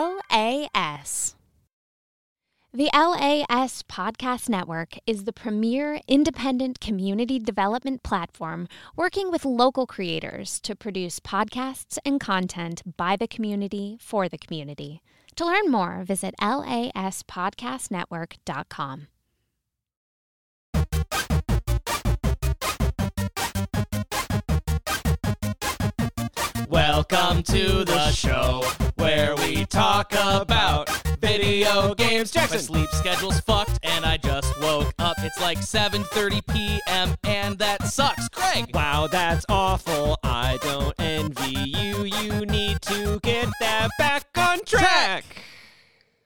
LAS. The LAS Podcast Network is the premier independent community development platform working with local creators to produce podcasts and content by the community for the community. To learn more, visit laspodcastnetwork.com. Welcome to the show where we talk about video games. Jackson, my sleep schedule's fucked and I just woke up. It's like 7:30 p.m. and that sucks. Craig, Wow, that's awful. I don't envy you. You need to get that back on track.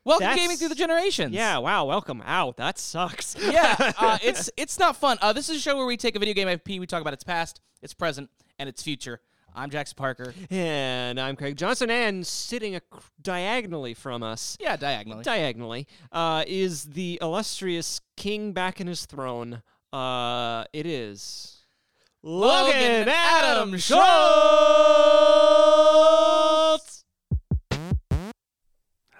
welcome That's- to gaming through the generations. Yeah, wow, welcome. Ow, that sucks. yeah. Uh, it's it's not fun. Uh, this is a show where we take a video game IP, we talk about its past, its present, and its future. I'm Jackson Parker. and I'm Craig Johnson, and sitting ac- diagonally from us, Yeah, diagonally. diagonally, uh, is the illustrious king back in his throne. Uh, it is Logan and Adam Schultz.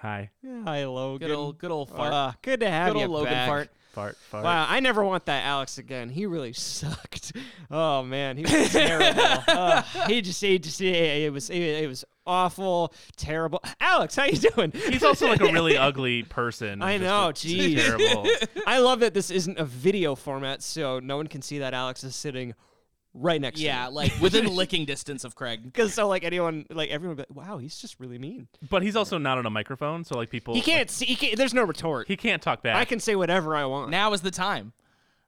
Hi. Hi, Logan. Good old, good old fart. Uh, good to have good you old Logan back. fart. Fart, fart. Wow, I never want that Alex again. He really sucked. Oh man, he was terrible. Uh, he just, he just, he- it was, it, it was awful, terrible. Alex, how you doing? He's also like a really ugly person. I Just know, a- geez. Terrible. I love that this isn't a video format, so no one can see that Alex is sitting right next Yeah, to me. like within licking distance of Craig. because so like anyone, like everyone, would be like, wow, he's just really mean. But he's also not on a microphone, so like people He can't see. He can't, there's no retort. like, he can't talk back. I can say whatever I want. Now is the time.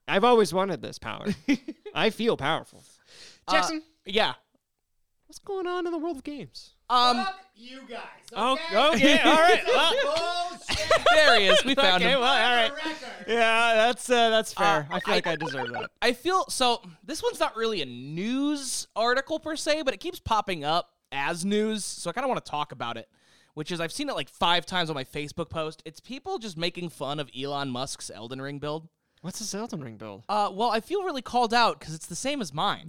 I've always wanted this power. I feel powerful. Jackson, Uh, Yeah. what's going on in the world of games? Um. you guys. Oh, Okay. oh yeah, all right. Well, Bullshit. there he is. We found okay, him. well, all right. Record. Yeah, that's uh, that's fair. Uh, I feel I- like I deserve that. I feel so. This one's not really a news article per se, but it keeps popping up as news. So I kind of want to talk about it, which is I've seen it like five times on my Facebook post. It's people just making fun of Elon Musk's Elden Ring build. What's this Elden Ring build? Uh, well, I feel really called out because it's the same as mine.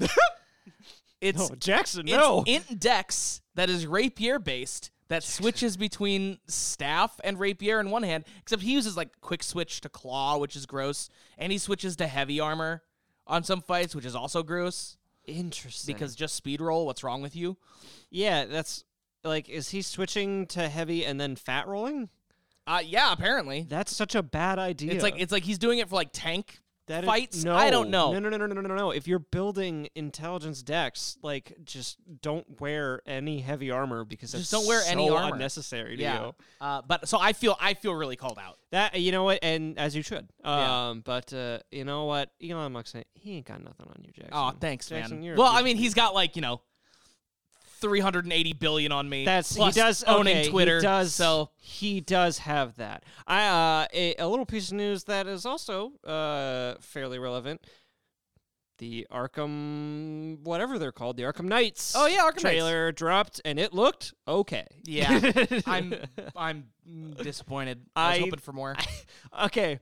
it's Oh, Jackson, it's no. int dex that is rapier based that switches between staff and rapier in one hand except he uses like quick switch to claw which is gross and he switches to heavy armor on some fights which is also gross Interesting. because just speed roll what's wrong with you yeah, that's like, is he switching to heavy and then fat rolling? uh yeah apparently That's such a bad idea. it's like it's like he's doing it for like tank That is- fights no, i don't know No, no, no, no, no, no, no. If you're building intelligence decks, like, just don't wear any heavy armor because Just it's don't wear so any armor. unnecessary to yeah you. uh, but so i feel i feel really called out That you know what, and as you should. Um, Yeah. but uh, you know what, Elon Musk, ain't- he ain't got nothing on you, Jackson. oh thanks Jackson, man you're a well i piece mean he's got like you know 380 billion on me That's plus he does owning okay, he twitter does so he does have that. I uh, a, a little piece of news that is also uh, fairly relevant. The Arkham, whatever they're called, the Arkham Knights. Oh, yeah, Arkham Knights. trailer dropped and it looked okay. Yeah, I'm I'm disappointed. I was I- hoping for more. okay.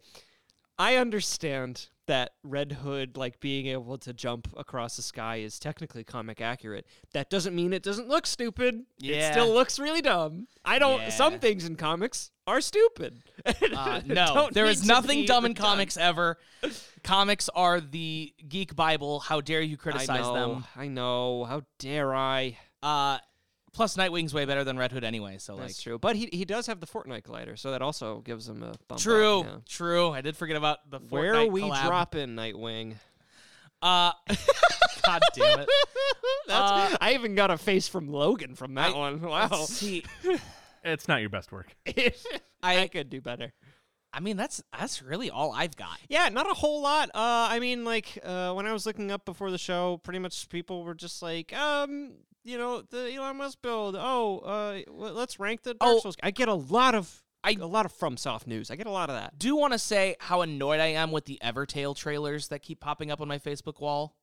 I understand that Red Hood, like being able to jump across the sky, is technically comic accurate. That doesn't mean it doesn't look stupid. Yeah. It still looks really dumb. I don't. Yeah. Some things in comics are stupid. Uh, no, Don't there need is to nothing be dumb in done. comics ever. comics are the geek bible. How dare you I criticize know. them? I know. How dare I? Uh, plus, Nightwing's way better than Red Hood anyway. So That's like, true. But he he does have the Fortnite glider, so that also gives him a bump. up, true, yeah. true. I did forget about the Where Fortnite we collab. dropping, Nightwing? Uh, God damn it! That's, Uh, I even got a face from Logan from that I- one. Wow. See, it's not your best work. I, could do better. I mean that's that's really all I've got. Yeah, not a whole lot. Uh, I mean, like uh, when I was looking up before the show, pretty much people were just like, um, you know, the Elon Musk build. Oh, uh, w- let's rank the Dark Oh. Souls. I get a lot of I- I a lot of from soft news. I get a lot of that. Do want to say how annoyed I am with the Evertail trailers that keep popping up on my Facebook wall.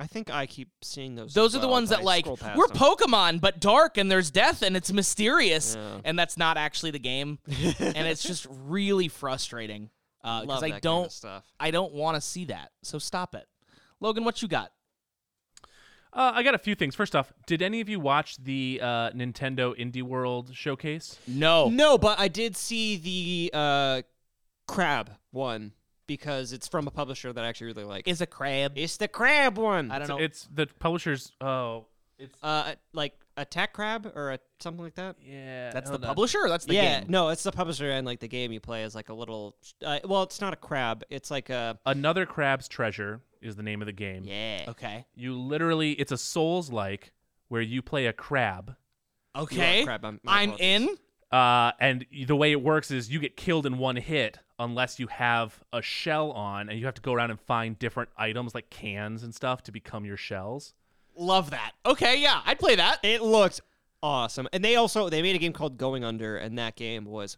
I think I keep seeing those. as Those are the well, ones but that I like scroll past we're them. Pokemon, but dark and there's death and it's mysterious Yeah. and that's not actually the game, and it's just really frustrating because Love that I kind of don't stuff. I don't want to see that. So stop it, Logan. What you got? Uh, Uh, I got a few things. First off, did any of you watch the uh, Nintendo Indie World showcase? No. No, but I did see the uh, crab one because it's from a publisher that I actually really like. Is a crab. It's the crab one. I don't know. It's the publisher's. Oh, it's Uh, like attack crab or a, something like that. yeah. that's the hold on. publisher or that's the yeah, game? no, it's the publisher and like the game you play is like a little. Uh, well, it's not a crab. It's like a Another Crab's Treasure is the name of the game. yeah. Okay. You literally, it's a Souls like where you play a crab. You are Okay. crab, I'm, my I'm apologies. in. Uh, and the way it works is you get killed in one hit unless you have a shell on, and you have to go around and find different items like cans and stuff to become your shells. Love that. Okay, yeah, I'd play that. It looked awesome, and they also they made a game called Going Under, and that game was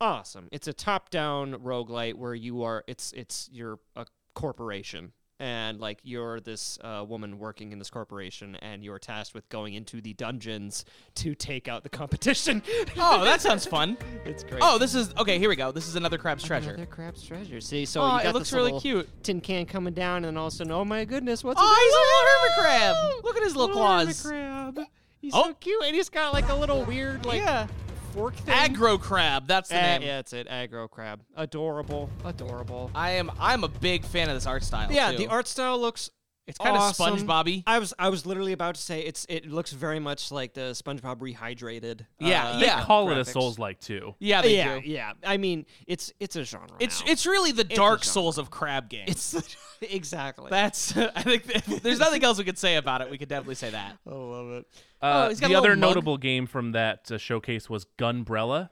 awesome. It's a top-down roguelite where you are it's it's you're a corporation, and like you're this uh, woman working in this corporation, and you're tasked with going into the dungeons to take out the competition. Oh, that sounds fun. it's great. Oh, this is okay. Here we go. This is another crab's treasure. Another crab's treasure. See, so Aw, you it got looks this really little cute. tin can coming down, and then all of a sudden, oh my goodness, what's in Oh, he's a little hermit crab. Look at his little claws. crab. He's Oh. so cute, and he's got like a little weird like Yeah. fork thing. Aggro crab. That's the Ah, name. yeah, that's it. Aggro crab. Adorable. Adorable. I am. I'm a big fan of this art style. Yeah, too. the art style looks it's Kinda awesome. SpongeBobby. I was I was literally about to say it's it looks very much like the SpongeBob rehydrated. Yeah, uh, They yeah. Call it a graphics. Souls like too. Yeah, they Yeah, do. yeah. I mean, it's it's a genre. It's now. it's really the a Dark genre. Souls of crab games. it's exactly. that's. I think th- there's nothing else we could say about it. We could definitely say that. I love it. Uh, Oh, he's got the a little other mug. notable game from that uh, showcase was Gunbrella.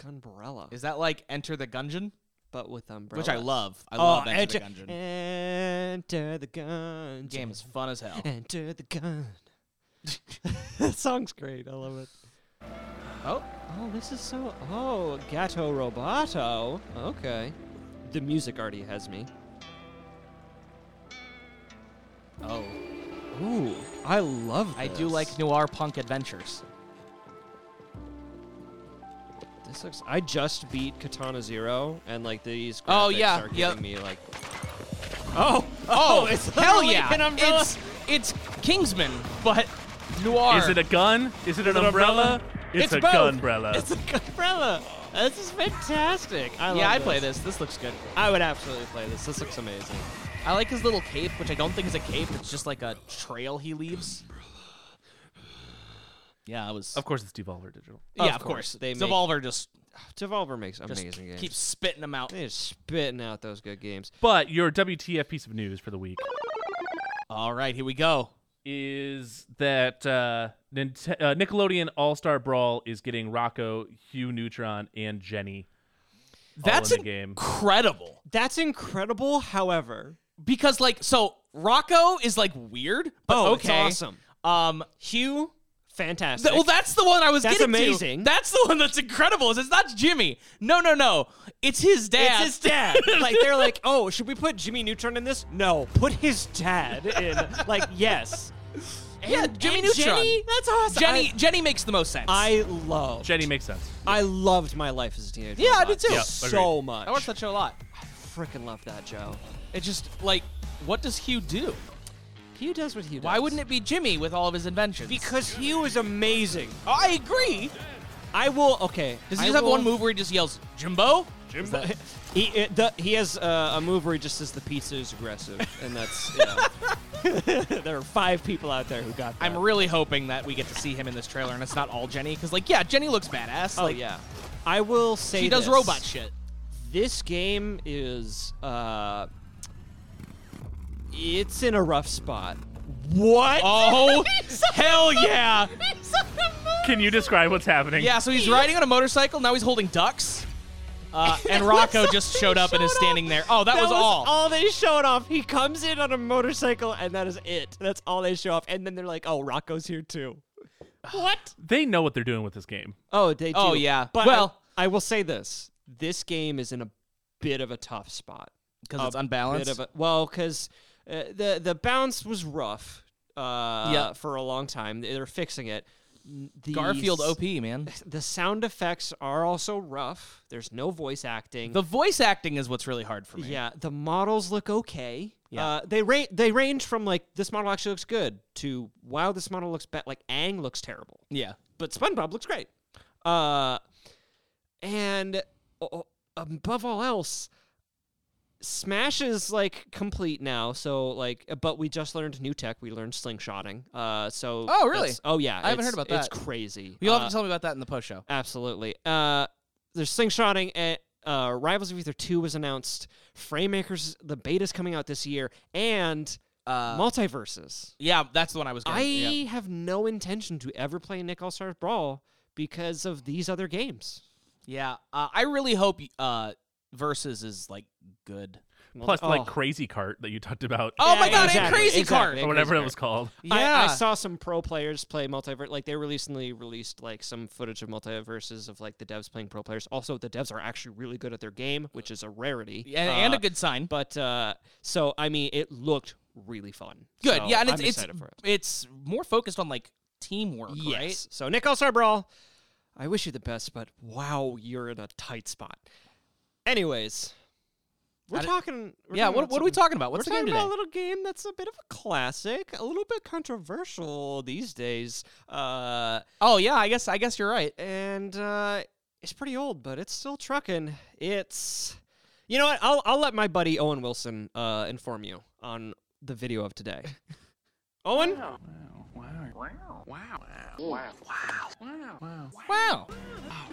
Gunbrella, Is that like Enter the Gungeon, but with umbrella, which I love. I Oh, love Enter, the enter, Gungeon. enter the gun. Game is fun as hell. Enter the gun. that song's great. I love it. Oh, Oh, this is so. Oh, Gato Roboto. Okay. The music already has me. oh. Ooh, I love this. I do like noir punk adventures. This looks. I just beat Katana Zero, and like these. Graphics Oh, yeah, Are yep. giving me like. Oh, oh, it's hell literally yeah! an umbrella. It's it's Kingsman, but noir. Is it a gun? Is it an umbrella? It's, a both. gunbrella. It's a umbrella. This is fantastic. I love yeah, I this. play this. This looks good. I would absolutely play this. This looks amazing. I like his little cape, which I don't think is a cape. It's just like a trail he leaves. Yeah, I was. of course, it's Devolver Digital. yeah, of, of course. course. They make Devolver just, Devolver makes just amazing games. keeps spitting them out. They're spitting out those good games. But your WTF piece of news for the week All right, here we go. is that uh, Nint- uh, Nickelodeon All Star Brawl is getting Rocco, Hugh Neutron, and Jenny. That's all in the game. incredible. That's incredible. However, Because like, so Rocco is like weird, but oh, it's okay. awesome. Um, Hugh, fantastic. Th- well, that's the one I was That's getting to. amazing. That's the one that's incredible. Is it's not Jimmy. No, no, no. It's his dad. It's his dad. like they're like, oh, should we put Jimmy Neutron in this? No, put his dad in. like yes. Yeah, And- Jimmy and Neutron. Jenny, that's awesome. Jenny. Jenny makes the most sense. I, I love. Jenny makes sense. I loved my life as a teenager. Yeah, I Robot did too. Yeah, so much. I watched that show a lot. Freaking love that Joe. It's just like, what does Hugh do? Hugh does what Hugh does. Why wouldn't it be Jimmy with all of his inventions? Because Hugh is amazing. I agree. I will. Okay. Does he I just have will- one move where he just yells Jimbo? He it, the, he has uh, a move where he just says the pizza is aggressive, and that's yeah. there are five people out there who got that. I'm really hoping that we get to see him in this trailer and it's not all Jenny. Because like, yeah, Jenny looks badass. oh like, yeah. I will say she does this. robot shit. This game is uh, it's in a rough spot. What? Oh hell yeah! Can you describe what's happening? Yeah, so he's riding on a motorcycle. Now he's holding ducks. Uh, and Rocco just showed up and is standing there. Oh, that, That was, all. all they showed off. He comes in on a motorcycle, and that is it. That's all they show off. And then they're like, "Oh, Rocco's here too." What? They know what they're doing with this game. Oh, they do. Oh, yeah. But Well- I, I will say this: this game is in a bit of a tough spot. Because it's A unbalanced. Bit of a, well, because uh, the the bounce was rough uh, Yeah. for a long time. They're fixing it. the Garfield s- OP, man. The sound effects are also rough. There's no voice acting. The voice acting is what's really hard for me. yeah, the models look okay. Yeah. Uh, they ra- they range from like this model actually looks good to wow this model looks bad. Like Ang looks terrible. Yeah. but SpongeBob looks great. Uh, and o- above all else, Smash is like complete now. So like, but we just learned new tech. We learned slingshotting. Uh, so Oh, really? that's- Oh yeah, I haven't it's- heard about It's that. crazy. You'll Uh, have to tell me about that in the post show. Absolutely. Uh, there's slingshotting at uh, Rivals of Ether 2 was announced. Framemakers, the beta's coming out this year, and Uh, multiverses. yeah, that's the one I was going I to. Yeah. have no intention to ever play Nick All Stars Brawl because of these other games. yeah. Uh, I really hope uh, Versus is like good. Well, Plus, oh. like Crazy Cart that you talked about, Oh Yeah, my god, and exactly, Crazy exactly. Cart. or whatever Crazy it was Cart. called. Yeah. I- I, saw some pro players play multiverse. Like they recently released like some footage of multiverses of like the devs playing pro players. Also, the devs are actually really good at their game, which is a rarity. and, and Uh, a good sign. But uh, so I mean, it looked really fun. Good. So yeah, and I'm it's it's excited for it. it's more focused on like teamwork, Yes. right? So Nick All Star Brawl, I wish you the best, but wow, you're in a tight spot. Anyways, we're I d- talking. We're yeah. What, talking about what are we something- talking about? What's we're the game talking today? about a little game that's a bit of a classic, a little bit controversial these days, uh, oh yeah, I guess I guess you're right. and uh, it's pretty old, but it's still trucking. It's, you know what? I'll I'll let my buddy Owen Wilson uh, inform you on the video of today. Owen,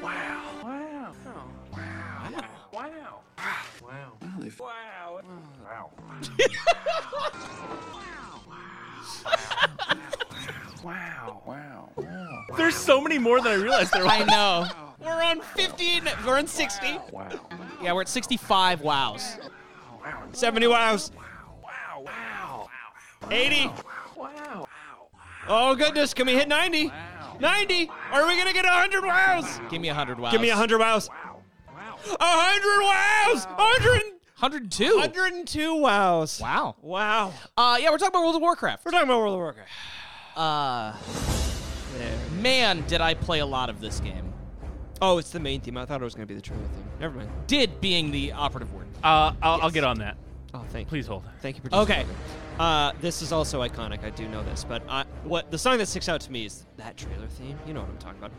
Wow. There's so many more than I realized there were. I know. We're on 15. We're on 60. Wow. Yeah, we're at 65 wows. seventy wows. 80. Oh, goodness. Can we hit 90? 90. Are we going to get 100 wows? Give me 100 wows. Give me 100 wows. 100 wows. 100, 102. 102 wows. Wow. Wow. Uh, yeah, we're talking about World of Warcraft. We're talking about World of Warcraft. Uh, man, did I play a lot of this game. Oh, it's the main theme. I thought it was going to be the trailer theme. Never mind. Did being the operative word. Uh, I'll, I'll get on that. Oh, thank you. Please hold. Thank you, producer. Okay. Logan. Uh, this is also iconic. I do know this, but I, what the song that sticks out to me is that trailer theme. You know what I'm talking about?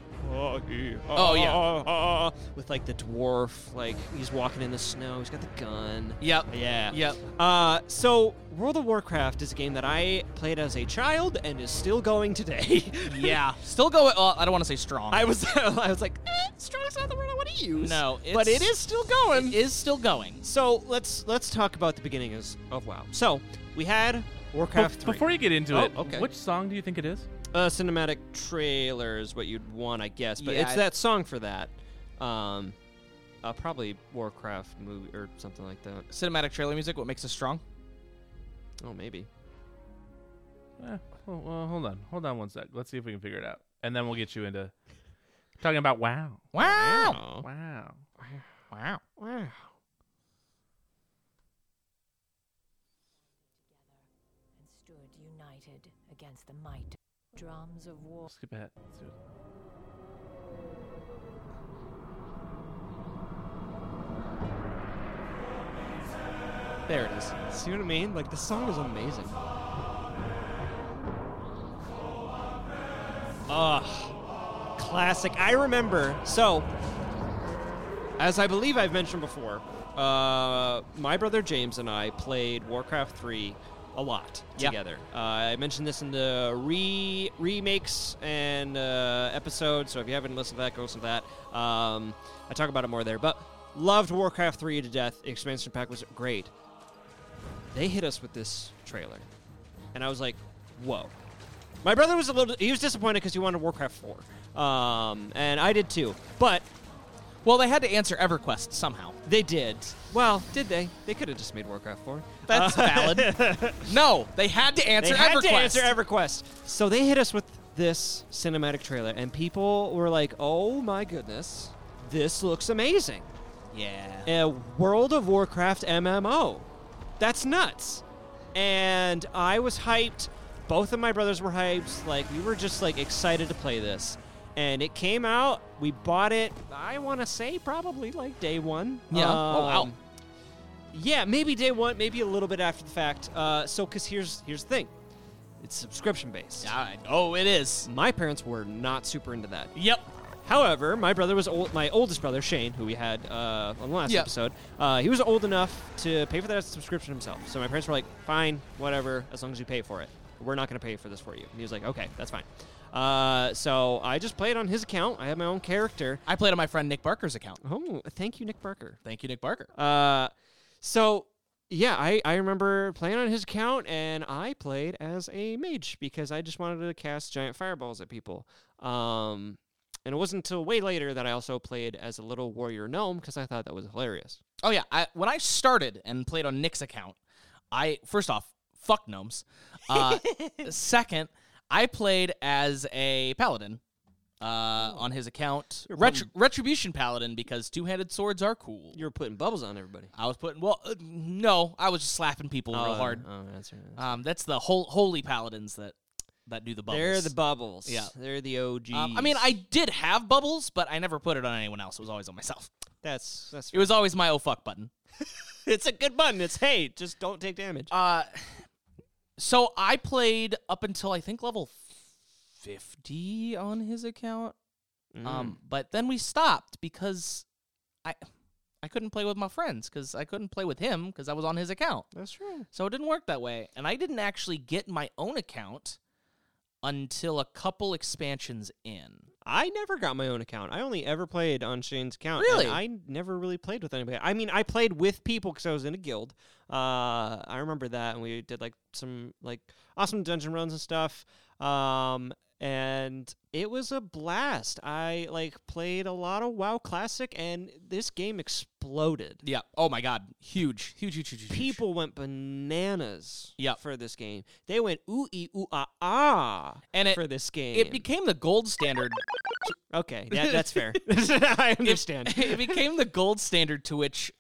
Oh, yeah. with like the dwarf, like he's walking in the snow. He's got the gun. Yep. Yeah. Yep. Uh, so World of Warcraft is a game that I played as a child and is still going today. Yeah. Still going. Uh, I don't want to say strong. I was I was like, eh, strong's not the word I want to use. No, but it it's- is still going. It is still going. So let's let's talk about the beginning is- of WoW. So we had Warcraft Bef- three. Before you get into Oh, it, okay. which song do you think it is? uh, cinematic trailer is what you'd want, I guess. But Yeah, it's I- that song for that. Um, uh, probably Warcraft movie or something like that. Cinematic trailer music, what makes us strong? Oh, maybe. Eh, well, well, hold on, hold on one sec. Let's see if we can figure it out, and then we'll get you into talking about wow, Wow. Oh. wow. Wow. Wow. and stood united against the might drums of war. Skip ahead. Let's do it. There it is. See what I mean? Like the song is amazing. Ugh. Classic. I remember. So, as I believe I've mentioned before, uh, my brother James and I played Warcraft 3 a lot Yeah. together. Uh, I mentioned this in the re- remakes and uh, episode, so if you haven't listened to that, go listen to that. Um, I talk about it more there. But loved Warcraft 3 to death. Expansion pack was great they hit us with this trailer. And I was like, whoa. My brother was a little, he was disappointed because he wanted Warcraft 4. Um, and I did too. But Well, they had to answer EverQuest somehow. they did. Well, did they? They could have just made Warcraft 4. That's valid. No, they had to answer they had EverQuest. to answer EverQuest. So they hit us with this cinematic trailer, and people were like, oh my goodness, this looks amazing. yeah. a World of Warcraft MMO. That's nuts. And I was hyped. both of my brothers were hyped. Like we were just like excited to play this. And it came out. We bought it. I want to say probably like day one. Yeah. Oh, wow. Um, Yeah, maybe day one, maybe a little bit after the fact. Uh, so, because here's here's the thing, it's subscription based. I- oh, it is. My parents were not super into that. Yep. However, my brother was old, my oldest brother Shane, who we had uh, on the last Yeah. episode. Uh, he was old enough to pay for that subscription himself. So my parents were like, "Fine, whatever, as long as you pay for it. We're not going to pay for this for you." And he was like, "Okay, that's fine." Uh, so I just played on his account. I had my own character. I played on my friend Nick Barker's account. Oh, thank you, Nick Barker. Thank you, Nick Barker. Uh, so yeah, I, I remember playing on his account, and I played as a mage because I just wanted to cast giant fireballs at people. Um, and it wasn't until way later that I also played as a little warrior gnome because I thought that was hilarious. Oh yeah, I, when I started and played on Nick's account, I first off fuck gnomes. Uh, second, I played as a paladin uh, Oh. on his account, Retri- retribution paladin because two-handed swords are cool. You were putting bubbles on everybody. I was putting well, uh, no, I was just slapping people real hard. Oh, that's right. Um, that's the whole holy paladins that that do the bubbles. They're the bubbles. Yeah. they're the OGs. um, I mean, I did have bubbles, but I never put it on anyone else. It was always on myself. that's that's It was always my oh fuck button. it's a good button. It's hey, just don't take damage. Uh, so I played up until I think level fifty on his account. Mm. Mm-hmm. Um, but then we stopped because I I couldn't play with my friends because I couldn't play with him because I was on his account. that's true. So it didn't work that way, and I didn't actually get my own account until a couple expansions in. I never got my own account. I only ever played on Shane's account. Really? And I never really played with anybody. I mean, I played with people because I was in a guild. Uh, I remember that, and we did like some like awesome dungeon runs and stuff. Um, and it was a blast. I like played a lot of WoW Classic, and this game exploded. Yeah. Oh my God. Huge. Huge. Huge. Huge. huge, huge. People went bananas Yep. for this game. They went ooh ee ooh ah ah And it- for this game. It became the gold standard okay, that, that's fair. I understand. It, it became the gold standard to which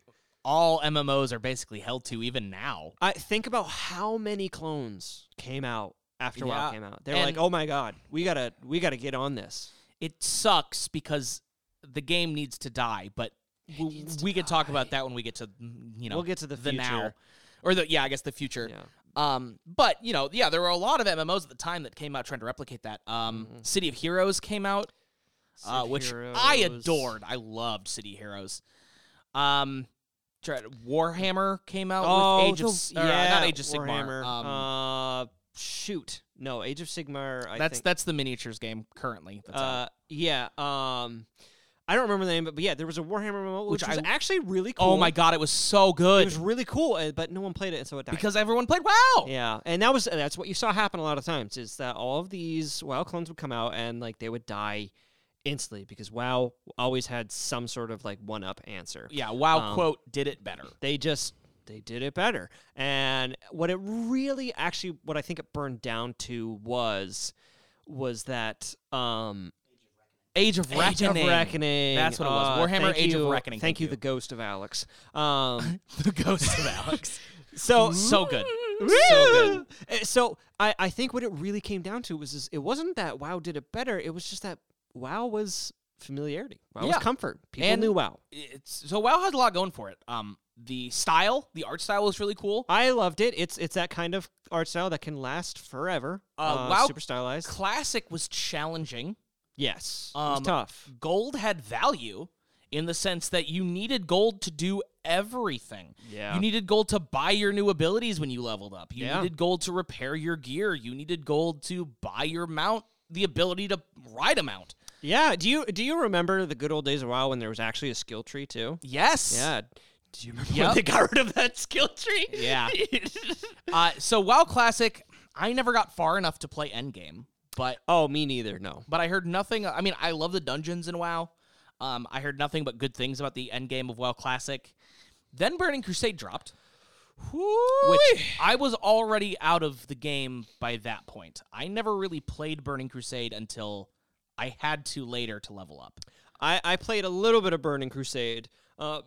all MMOs are basically held to even now. I think about how many clones came out after WoW Yeah, came out. They're like, and- "Oh my god, we gotta, we gotta get on this." It sucks because the game needs to die, but w- needs to we could talk die. about that when we get to mm, you know We'll get to the future. now or the yeah I guess the future. Yeah. Um, but you know yeah there were a lot of MMOs at the time that came out trying to replicate that. Um, Mm-hmm. City of Heroes came out, uh, Civ which Heroes. I adored. I loved City of Heroes. Um. try- Warhammer came out Oh, with Age the- of S- or, uh, not yeah, Age of Sigmar. Warhammer. Um, uh, shoot, no, Age of Sigmar. I that's think, that's the miniatures game currently. That's out. Uh, yeah. Um, I don't remember the name, but, but yeah, there was a Warhammer MMO, which, Which was I- actually really cool. Oh my god, it was so it good was really cool, uh, but no one played it, and so it died. because everyone played WoW. Yeah, and that was that's what you saw happen a lot of times is that all of these WoW clones would come out and like they would die instantly because WoW always had some sort of like one up answer. Yeah, WoW Um, quote did it better. They just they did it better, and what it really actually what I think it burned down to was was that um Age of Age of Reckoning. That's what it was. Uh, Warhammer thank Age of you- Reckoning, Thank, thank you, you. the ghost of Alex. Um, the Ghost of Alex. so so good. so good. Eh, So I, I think what it really came down to was is it wasn't that WoW did it better. It was just that WoW was familiarity. WoW was Yeah. comfort. People And- knew WoW. It's, so WoW has a lot going for it. Um, the style, the art style is really cool. I loved it. It's it's that kind of art style that can last forever. Uh, WoW super stylized. Classic was challenging. yes, it um, was tough. Gold had value in the sense that you needed gold to do everything. Yeah. You needed gold to buy your new abilities when you leveled up. You Yeah. needed gold to repair your gear. You needed gold to buy your mount, the ability to ride a mount. Yeah. Do you do you remember the good old days of WoW when there was actually a skill tree too? Yes. Yeah. Do you remember Yep. when they got rid of that skill tree? Yeah. uh, so WoW Classic, I never got far enough to play Endgame, but oh, me neither. No. but I heard nothing. I mean, I love the dungeons in WoW. Um, I heard nothing but good things about the Endgame of WoW Classic. Then Burning Crusade dropped. which I was already out of the game by that point. I never really played Burning Crusade until I had to later to level up. I, I played a little bit of Burning Crusade. Uh,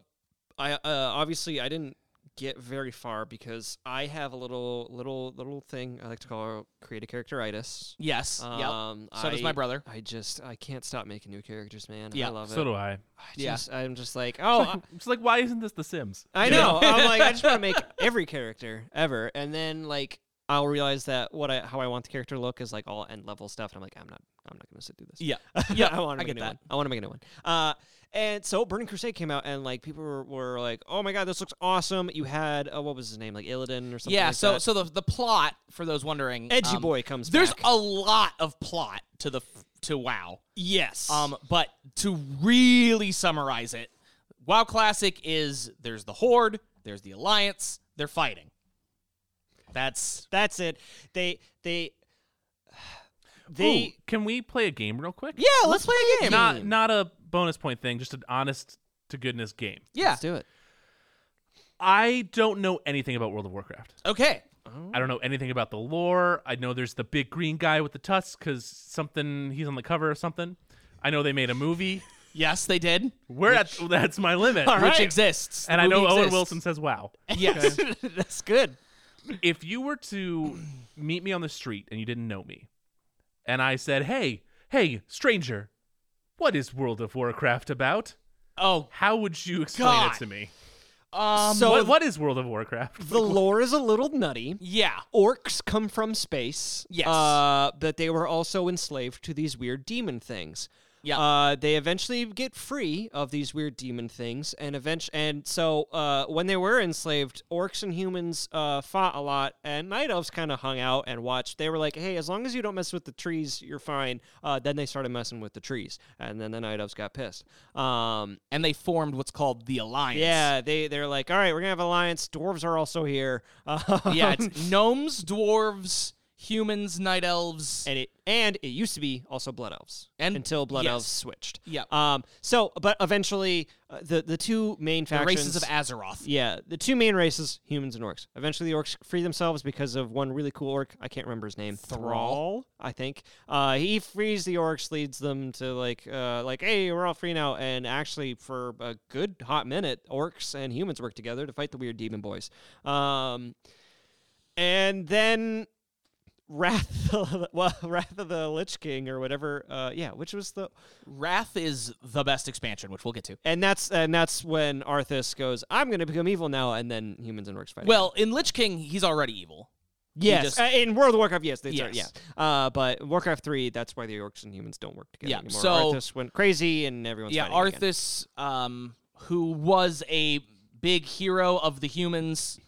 I uh, obviously I didn't get very far because I have a little little little thing I like to call create a characteritis. Yes. yep. Um, So does my I- brother. I just I can't stop making new characters, man. Yeah, I love So it. do I. I Yeah. just, I'm just like, oh, I- It's like, why isn't this The Sims? I know. I'm like, I just want to make every character ever, and then like I'll realize that what I how I want the character to look is like all end level stuff, and I'm like, I'm not, I'm not gonna sit through this. Yeah. yeah, I want I to make a get new that. one. I want to make a new one. Uh, and so Burning Crusade came out, and like people were, were like, oh my god, this looks awesome. You had uh, what was his name, like Illidan or something. Yeah. like so that. so the the plot for those wondering, Edgy um, boy comes. There's back. a lot of plot to the f- to WoW. yes. Um, but to really summarize it, WoW Classic is there's the Horde, there's the Alliance, they're fighting. That's that's it. They they they. Ooh, can we play a game real quick? yeah. Let's, play a game. Not not a bonus point thing, just an honest to goodness game. yeah. Let's do it. I don't know anything about World of Warcraft. Okay. I don't know anything about the lore. I know there's the big green guy with the tusks because something he's on the cover of something. I know they made a movie. Yes, they did. We're at that's my limit. Which exists. The And I know movie Owen exists. Wilson says, "Wow." Yes. That's good. If you were to meet me on the street and you didn't know me, and I said, "Hey, hey, stranger, what is World of Warcraft about?" oh. How would you explain God. it to me? Um. So what, what is World of Warcraft? the lore is a little nutty. yeah. orcs come from space. Yes. Uh, but they were also enslaved to these weird demon things. Yeah. Uh, they eventually get free of these weird demon things, and event- and so uh, when they were enslaved, orcs and humans uh, fought a lot, and night elves kind of hung out and watched. They were like, "Hey, as long as you don't mess with the trees, you're fine." Uh, then they started messing with the trees, and then the night elves got pissed. Um, And they formed what's called the Alliance. yeah, they they're like, "All right, we're gonna have alliance. Dwarves are also here." Yeah. It's gnomes, dwarves, humans, night elves. and it and it used to be also blood elves And- until blood yes. elves switched. Yep. Um. So, but eventually, uh, the the two main the factions races of Azeroth. yeah, the two main races, humans and orcs. Eventually, the orcs free themselves because of one really cool orc. I can't remember his name. Thrall, I think. Uh, he frees the orcs, leads them to like, uh, like, hey, we're all free now. And actually, for a good hot minute, orcs and humans work together to fight the weird demon boys. Um, and then Wrath, of the- well, Wrath of the Lich King or whatever. Uh, yeah, which was the Wrath is the best expansion, which we'll get to. and that's and that's when Arthas goes, I'm going to become evil now. And then humans and orcs fight. Well, in Lich King, he's already evil. Yes, just- uh, in World of Warcraft, yes, they yes. Yes. yeah. Uh, but Warcraft three, that's why the orcs and humans don't work together Yeah, anymore. so- Arthas went crazy, and everyone's yeah, fighting again. Arthas, um, who was a big hero of the humans.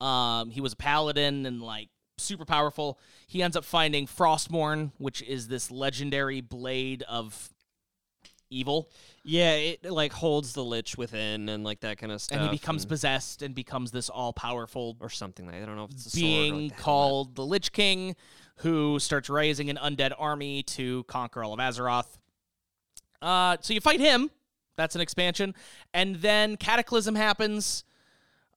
Um, he was a paladin and like super powerful. He ends up finding Frostmourne, which is this legendary blade of evil, Yeah, it like holds the lich within, and like that kind of stuff. and he becomes and- possessed and becomes this all-powerful or something like I don't know if it's a sword or being what the hell called the Lich King, who starts raising an undead army to conquer all of Azeroth. Uh, so you fight him. That's an expansion, and then Cataclysm happens.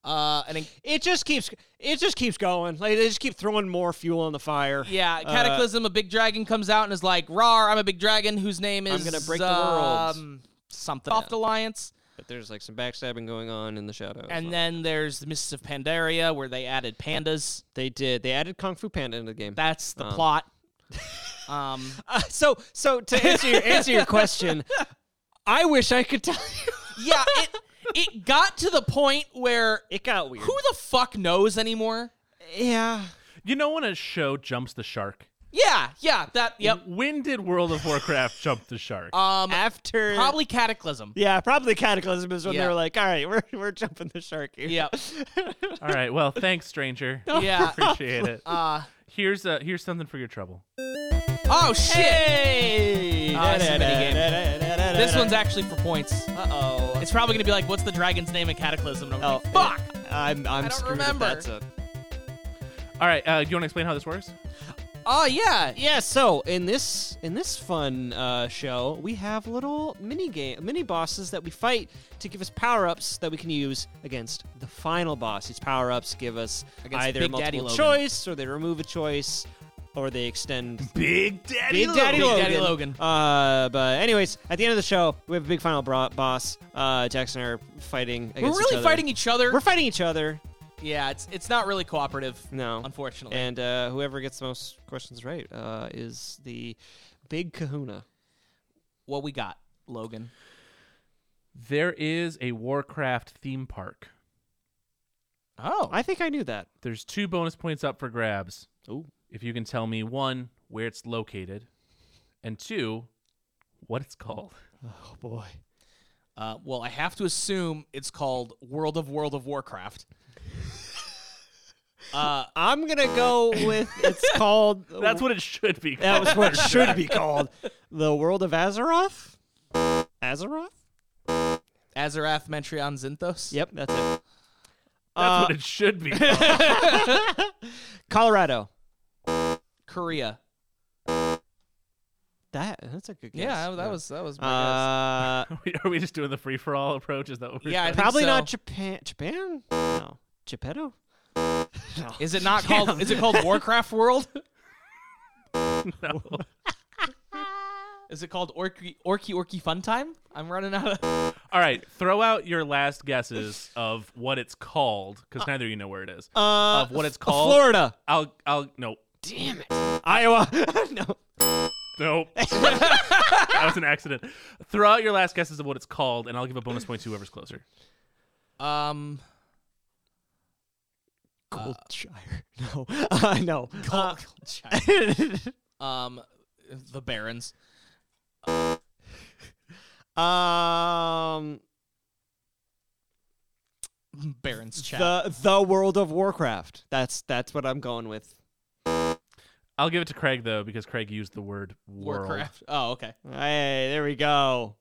Uh, and in- that- It just keeps it just keeps going. Like they just keep throwing more fuel on the fire. yeah, Uh, Cataclysm, a big dragon comes out and is like, "Rar, I'm a big dragon whose name I'm is gonna break the world." um, something Soft Alliance." But there's like some backstabbing going on in the shadows. And then there's the Mists of Pandaria, where they added pandas. they did. They added Kung Fu Panda into the game. That's the Um. plot. Um, Uh, so so to answer your, answer your question, I wish I could tell you. yeah, it it got to the point where It got weird. Who the fuck knows anymore? yeah. You know when a show jumps the shark? Yeah, yeah, that yep. When did World of Warcraft jump the shark? Um after probably Cataclysm. yeah probably cataclysm is when Yeah. they were like all right we're, we're jumping the shark here Yeah. All right. Well, thanks, stranger. Yeah. Appreciate it. Uh Here's uh here's something for your trouble. oh shit. Ah, this is a minigame. This this one's actually for points. uh-oh It's probably gonna be like, what's the dragon's name in Cataclysm? And I'm oh like, fuck. i'm i'm don't screwed if remember. that's a- All right. Uh, do you want to explain how this works? Oh yeah. yeah so in this in this fun uh show we have little mini game mini bosses that we fight to give us power-ups that we can use against the final boss these power-ups give us Against either Big multiple Daddy Logan. choice or they remove a choice or they extend Big Daddy. Big Daddy Big Logan. Daddy Logan. Uh, but anyways, at the end of the show, we have a big final bro- boss. Uh, Jackson and I are fighting. We're Against really each other. fighting each other. We're fighting each other. Yeah, it's it's not really cooperative, No. unfortunately. And uh, whoever gets the most questions right uh, is the big kahuna. what we got, Logan? There is a Warcraft theme park. Oh, I think I knew that. There's two bonus points up for grabs. Ooh. If you can tell me one, where it's located, and two, what it's called. Oh, boy. uh, well, I have to assume it's called World of World of Warcraft. uh, I'm going to go with it's called. That's what it should be. That Called. was what it should be called. The World of Azeroth? Azeroth? Azerath Mentrion Zinthos. Yep, that's it. That's Uh, what it should be. called. Colorado. Korea. That That's a good guess. Yeah, that was that was my Uh, Are we just doing the free for all approach? Is that what we're Yeah, I doing? think probably so. not Japan. Japan? No. Geppetto? No. guess. Is it not called? Is it called Warcraft World? No. Is it called Orky Orky Orky Fun Time? I'm running out of. All right, throw out your last guesses of what it's called, because neither of you know where it is. Uh, of what it's F- called? Florida. I'll, I'll, no, Damn it. Iowa. no. nope. that was an accident. Throw out your last guesses of what it's called, and I'll give a bonus point to whoever's closer. Um, Goldshire. No. Uh, no. Uh, um, the Barons. Uh, um, Barons chat. the the World of Warcraft. That's that's what I'm going with. I'll give it to Craig though, because Craig used the word world. Warcraft. Oh, okay. Hey, there we go.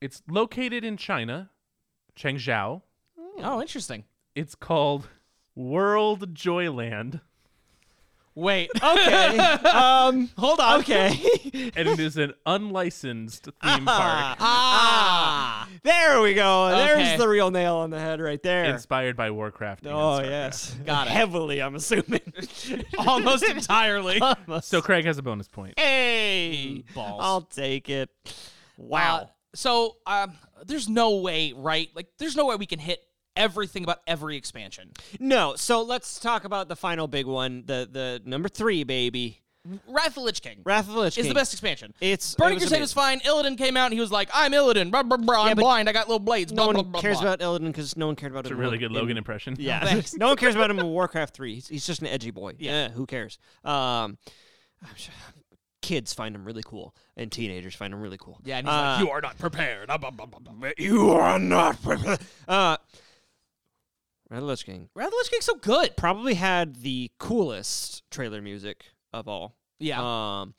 It's located in China, Changzhou. Oh, interesting. It's called World Joyland, Wait. Okay. um, Hold on. okay. Uh, and it is an unlicensed theme park Ah. there we go. Okay. There's the real nail on the head right there. inspired by Warcraft. and oh Starcraft. yes. Got it. Heavily, I'm assuming. Almost entirely. So Craig has a bonus point. hey, Balls. I'll take it. Wow. Uh, so um, there's no way, right? Like, there's no way we can hit everything about every expansion. No, so let's talk about the final big one, the the number three baby, Wrath of the Lich King Wrath of the Lich is the King. best expansion. It's Burning it was Crusade amazing. is fine. Illidan came out and he was like, "I'm Illidan. Blah, blah, blah. Yeah, I'm but blind. I got little blades." No blah, blah, one blah, cares blah. about Illidan because no one cared about It's a him. really good in- Logan impression. Yeah, no one cares about him in Warcraft Three. He's, he's just an edgy boy. Yeah, who cares? Um, I'm sure- kids find him really cool, and teenagers find him really cool. Yeah, and he's Uh, like, "You are not prepared." Ah, blah, blah, blah, blah. Wrath you are not. prepared." uh, Red Lich King of the Lich King's so good. probably had the coolest trailer music of all. Yeah, Um,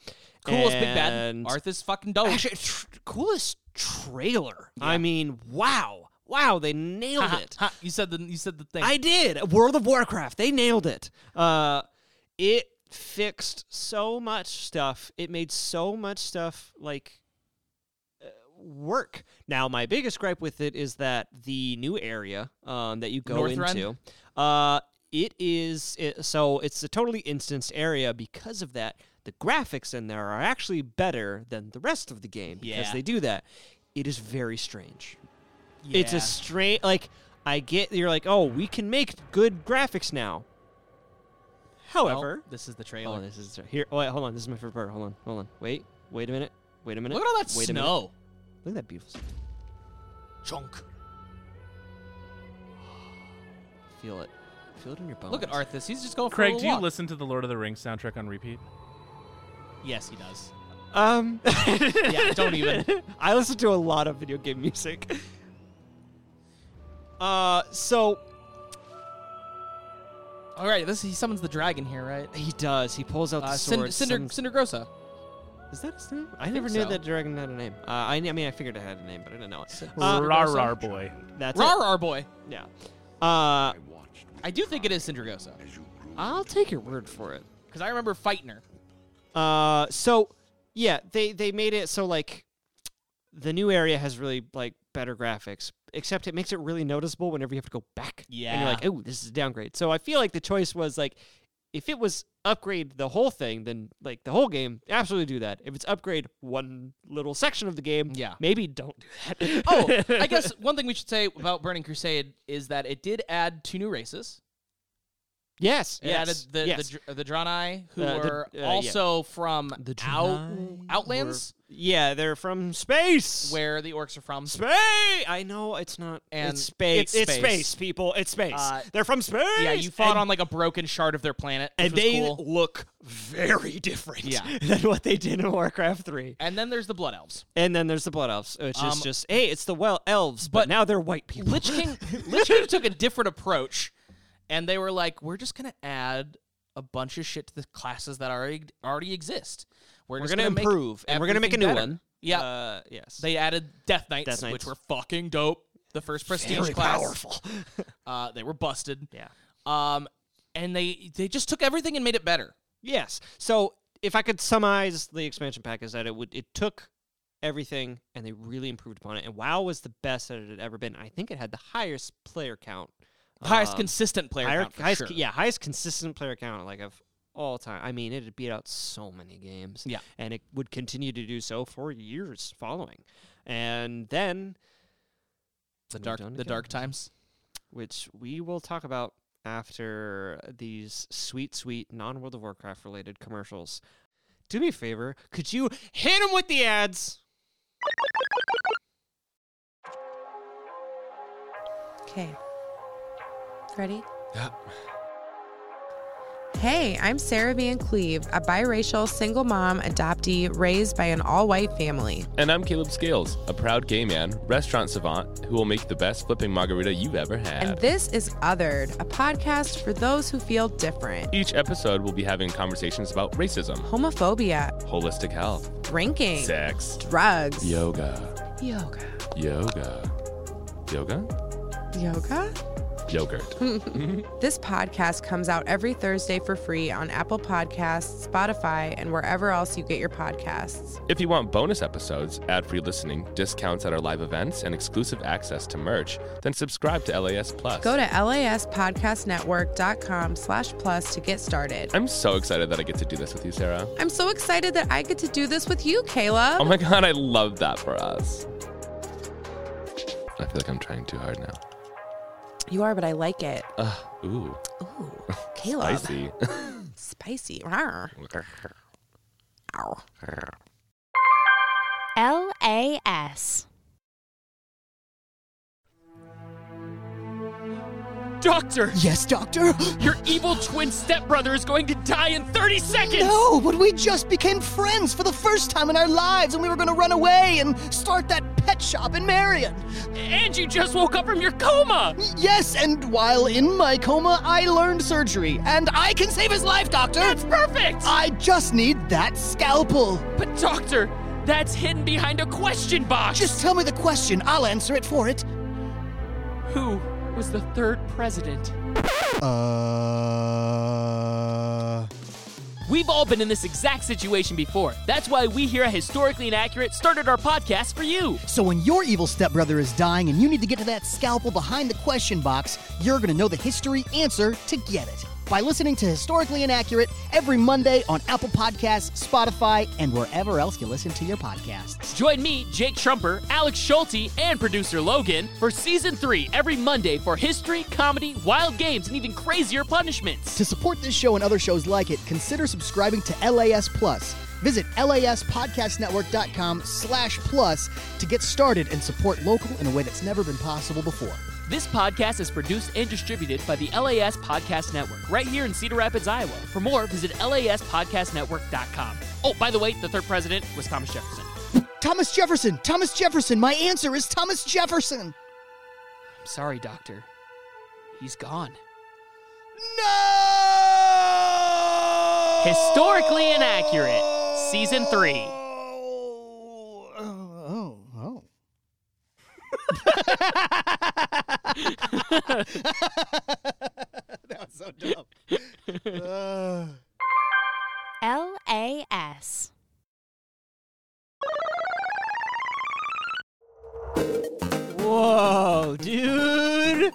coolest big bad. Oh. and- Arthur's fucking dope. Actually, tr- coolest trailer. I mean, wow, wow, they nailed Ha, it. ha. you said the you said the thing. I did. World of Warcraft, they nailed it. Uh, it fixed so much stuff. It made so much stuff like uh, work. Now, my biggest gripe with it is that the new area um, that you go Northrend? into. Uh, it is it, so it's a totally instanced area because of that. The graphics in there are actually better than the rest of the game because Yeah. they do that. It is very strange. It's Yeah. a straight like I get you're like, "Oh, we can make good graphics now." Well, However, this is the oh, trailer. this is here. oh, Wait, hold on. This is my favorite part. Hold on. Hold on. Wait. Wait a minute. Wait a minute. Look at all that Wait a minute. snow. Look at that beautiful. snow. Chunk. Feel it. Feel it in your bones. Look at Arthas. He's just going for a Craig, little do you walk. listen to the Lord of the Rings soundtrack on repeat? Yes, he does. Um Yeah, don't even. I listen to a lot of video game music. Uh so All right, this he summons the dragon here, right? he does. He pulls out the Uh, Cinder, sword. Cinder, summons- Cindergrosa. is that his name? I never knew so. that dragon had a name. Uh, I, kn- I mean, I figured it had a name, but I didn't know it. Uh, Rar boy. that's it. Rar, our boy. Yeah. Uh, I do think it is Cindergrosa I'll take your word for it. because I remember fighting her. Uh, so yeah, they they made it so like the new area has really like better graphics, except it makes it really noticeable whenever you have to go back. And Yeah. you're like, oh, this is a downgrade. So I feel like the choice was like, if it was upgrade the whole thing, then like the whole game, absolutely do that. If it's upgrade one little section of the game, Yeah. maybe don't do that. Oh, I guess one thing we should say about Burning Crusade is that it did add two new races. Yes. It yes. added the yes. the, dr- the Draenei, who Uh, the- were uh, yeah. also from The out, Draenei Outlands, were- yeah, they're from space. where the orcs are from. Space. I know it's not. And it's space. it's it's space. space, people. It's space. Uh, they're from space. Yeah, you fought and, on like a broken shard of their planet, which and was they cool. look very different. Yeah. than what they did in Warcraft Three. And then there's the Blood Elves. And then there's the Blood Elves, which Um, is just hey, it's the well elves, but, but now they're white people. Lich King, Lich King took a different approach, and they were like, "We're just gonna add a bunch of shit to the classes that already already exist. We're, we're just gonna make improve, and we're gonna make a new everything better." one. Yeah, Uh, yes. they added Death Knights, Death which Knights. were fucking dope. The first prestige very class. powerful. Uh, they were busted. yeah. Um, and they they just took everything and made it better. Yes. So if I could summarize the expansion pack is that it would it took everything and they really improved upon it. And WoW was the best that it had ever been. I think it had the highest player count. highest um, consistent player higher- count for highest, sure. Yeah, highest consistent player count like of all time. I mean, it had beat out so many games. Yeah. and it would continue to do so for years following. And then the we've dark done the again, dark times. which we will talk about after these sweet, sweet non World of Warcraft related commercials. Do me a favor, could you hit them with the ads? Okay. Ready? Hey, I'm Sarah Van Cleve, a biracial single mom adoptee raised by an all white family. And I'm Caleb Scales, a proud gay man, restaurant savant, who will make the best flipping margarita you've ever had. And this is Othered, a podcast for those who feel different. Each episode, we'll be having conversations about racism, Homophobia, holistic health, drinking, sex, drugs, yoga, yoga, yoga, yoga, yoga. yogurt. Hmm. This podcast comes out every Thursday for free on Apple Podcasts, Spotify, and wherever else you get your podcasts. If you want bonus episodes, ad free listening, discounts at our live events, and exclusive access to merch, then subscribe to LAS Plus. Go to laspodcastnetwork.com slash plus to get started. I'm so excited that I get to do this with you, Sarah. I'm so excited that I get to do this with you, Caleb. Oh my god, I love that for us. I feel like I'm trying too hard now. you are, but I like it. Uh, ooh, Ooh, Caleb. spicy. Spicy. Rawr. Ow. LAS. Doctor, Yes, Doctor? your evil twin stepbrother is going to die in 30 seconds. No, but we just became friends for the first time in our lives, and we were gonna run away and start that pet shop in Marion. And you just woke up from your coma. Yes, and while in my coma, I learned surgery, and I can save his life, Doctor! That's perfect. I just need that scalpel. But doctor, that's hidden behind a question box. Just tell me the question, I'll answer it for it. who was the third president? Uh. We've all been in this exact situation before. That's why we here at Historically Inaccurate started our podcast for you. So when your evil stepbrother is dying and you need to get to that scalpel behind the question box, you're going to know the history answer to get it. By listening to Historically Inaccurate every Monday on Apple Podcasts, Spotify, and wherever else you listen to your podcasts. Join me, Jake Trumper, Alex Schulte, and producer Logan for season three every Monday for history, comedy, wild games, and even crazier punishments. To support this show and other shows like it, consider subscribing to LAS Plus. Visit laspodcastnetwork.com slash plus to get started and support local in a way that's never been possible before. This podcast is produced and distributed by the LAS Podcast Network right here in Cedar Rapids, Iowa. For more, visit laspodcastnetwork.com. Oh, by the way, the third president was Thomas Jefferson. Thomas Jefferson! Thomas Jefferson! My answer is Thomas Jefferson! I'm sorry, Doctor. He's gone. No! Historically Inaccurate, Season 3. Oh, oh, oh. that was so dumb. Uh, LAS. Whoa, dude.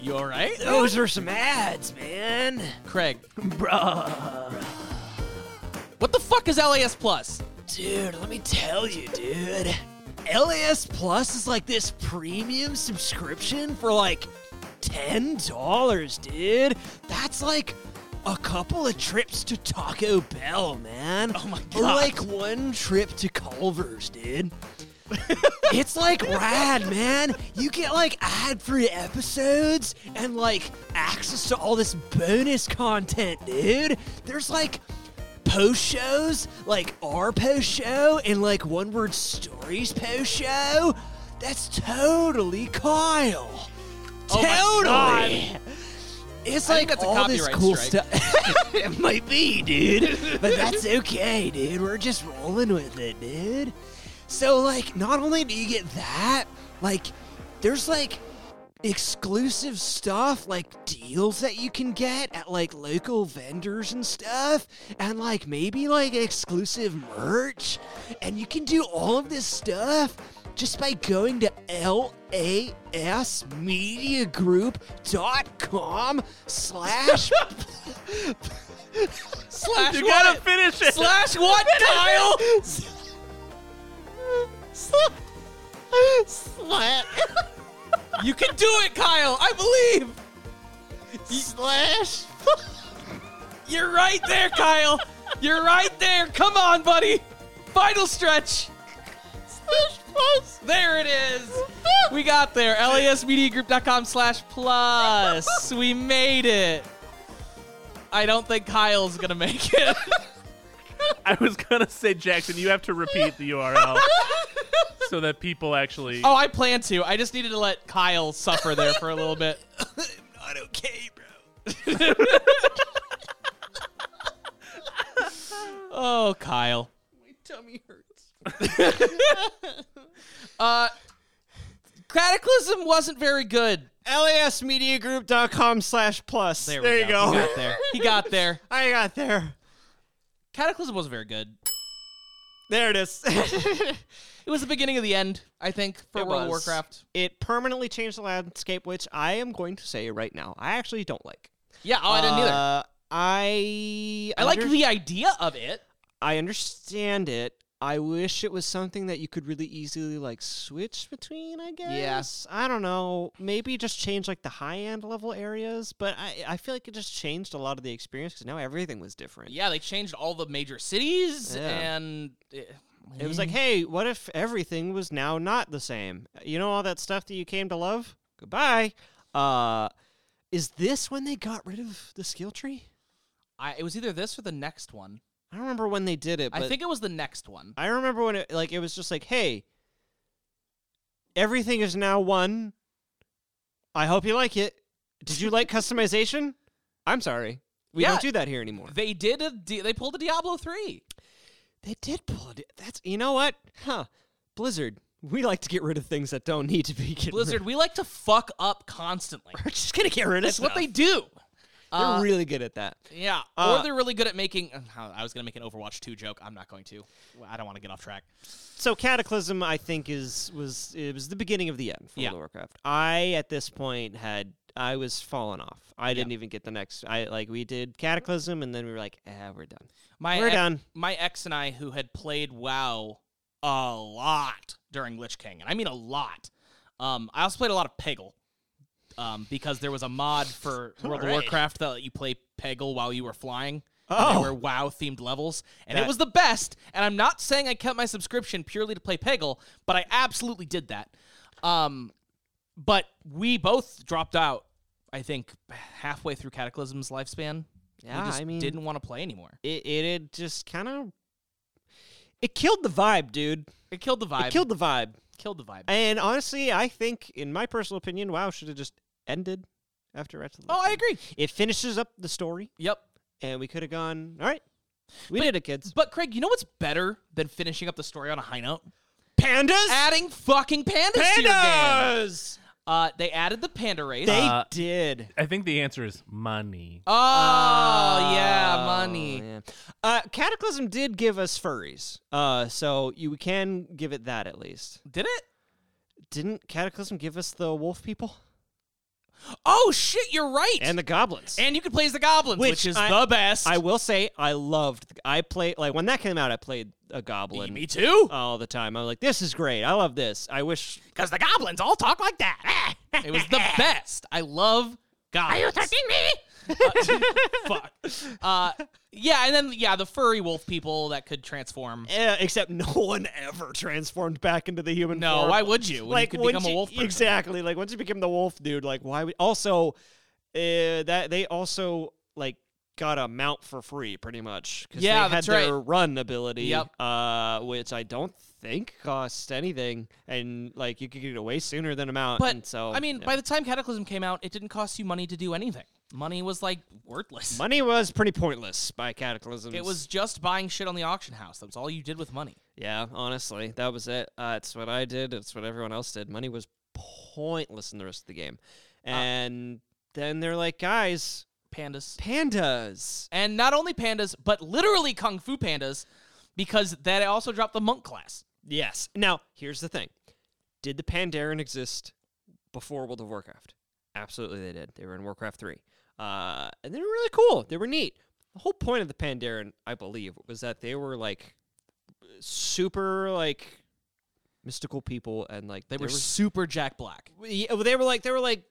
you all right? Those are some ads, man. Craig. Bruh. What the fuck is LAS Plus? dude, let me tell you, dude. LAS Plus is like this premium subscription for like $10, dude. That's like a couple of trips to Taco Bell, man. Oh my god. Or like one trip to Culver's, dude. it's like rad, man. You get like ad-free episodes and like access to all this bonus content, dude. There's like post shows, like our post show and like One Word Stories post show. That's totally Kyle. totally. It's Oh I like think that's a all this copyright cool strike. stuff. it might be, dude, but that's okay, dude. We're just rolling with it, dude. So, like, not only do you get that, like, there's like exclusive stuff, like deals that you can get at like local vendors and stuff, and like maybe like exclusive merch. And you can do all of this stuff just by going to lasmediagroup.com slash slash You gotta finish it. Slash what, Kyle? Slash. You can do it, Kyle. I believe. Slash. You're right there, Kyle. You're right there. Come on, buddy. Final stretch. There it is. We got there. LASMediagroup.com slash plus. We made it. I don't think Kyle's going to make it. I was gonna say, Jackson, you have to repeat the URL so that people actually. Oh, I plan to. I just needed to let Kyle suffer there for a little bit. Not okay, bro. Oh, Kyle. Tummy hurts. Uh, Cataclysm wasn't very good. LASmediagroup.com slash plus. There, we you go. He got there. He got there. I got there. Cataclysm wasn't very good. There it is. It was the beginning of the end, I think, for It World of was. Warcraft. it permanently changed the landscape, which I am going to say right now, I actually don't like. Yeah, oh, I didn't either. Uh, I I like under- the idea of it. I understand it. I wish it was something that you could really easily like switch between. I guess. I don't know. Maybe just change like the high end level areas, but I I feel like it just changed a lot of the experience because now everything was different. Yeah, they changed all the major cities, Yeah. and it, It was like, Mm-hmm. hey, what if everything was now not the same? Uh, You know all that stuff that you came to love? Goodbye. Uh is this when they got rid of the skill tree? I, it was either this or the next one. I don't remember when they did it, but I think it was the next one. I remember when it like it was just like, hey, everything is now one. I hope you like it. Did you like customization? I'm sorry. We Yeah. don't do that here anymore. They did a Di- they pulled a Diablo three. They did pull it. That's you know what? Huh. Blizzard. We like to get rid of things that don't need to be getting rid Blizzard, we like to fuck up constantly. We're just gonna get rid of That's what they stuff. do. Uh, They're really good at that. yeah, or uh, they're really good at making. I was gonna make an Overwatch two joke. I'm not going to. I don't want to get off track. So Cataclysm, I think, is was it was the beginning of the end for Yeah. World of Warcraft. I at this point had I was falling off. I didn't even get the next. I like we did Cataclysm, and then we were like, ah, we're done. My We're ex- done. My ex and I, who had played WoW a lot during Lich King, and I mean a lot. Um, I also played a lot of Peggle, um, because there was a mod for World of Warcraft that let you play Peggle while you were flying. And Oh. there were WoW themed levels, and it That- was the best. And I'm not saying I kept my subscription purely to play Peggle, but I absolutely did that. Um, but we both dropped out. I think halfway through Cataclysm's lifespan, Yeah, we just I mean, didn't want to play anymore. it it, had just kind of it killed the vibe, dude. It killed the vibe. It killed the vibe. killed the vibe. And honestly, I think, in my personal opinion, WoW should have just ended after Wrath of the Oh, I Lich King. agree. It finishes up the story, Yep. and we could have gone. All right, we did it, kids. But Craig, you know what's better than finishing up the story on a high note? Pandas. Adding fucking pandas, to your game. Pandas. Uh, they added the panda race. They Uh, did. I think the answer is money. oh yeah, money. Oh, yeah. Uh, Cataclysm did give us furries, uh, so you can give it that at least. Did it? Didn't Cataclysm give us the wolf people? Oh shit, you're right. and the goblins. And you can play as the goblins, which, is I- the best. I will say, I loved. the- I played like when that came out. I played a goblin me too, all the time. I was like, "This is great. I love this. I wish because the goblins all talk like that. it was the best. I love goblins. Are you touching me? fuck. Uh, yeah, and then yeah, the furry wolf people that could transform. Yeah, Eh, except no one ever transformed back into the human No, form. why would you? When you like could once become a you- wolf person. Exactly. Like once you became the wolf dude, like why would also uh, that they also like got a mount for free pretty much cuz Yeah, they had that's their right. run ability Yep. uh which I don't think cost anything and like you could get it way sooner than a mount But and so I mean, yeah. by the time Cataclysm came out, it didn't cost you money to do anything. Money was like worthless. money was pretty pointless by cataclysm. It was just buying shit on the auction house. That was all you did with money. Yeah, honestly, that was it. Uh, it's what I did. It's what everyone else did. Money was pointless in the rest of the game. Uh, And then they're like, guys, Pandas. pandas. And not only pandas, but literally kung fu pandas, because that also dropped the monk class. Yes. Now, here's the thing Did the Pandaren exist before World of Warcraft? Absolutely, they did. They were in Warcraft 3. Uh, and they were really cool. They were neat. The whole point of the Pandaren, I believe, was that they were like super, like, mystical people and like They there were was- super Jack Black, yeah, they were like they were like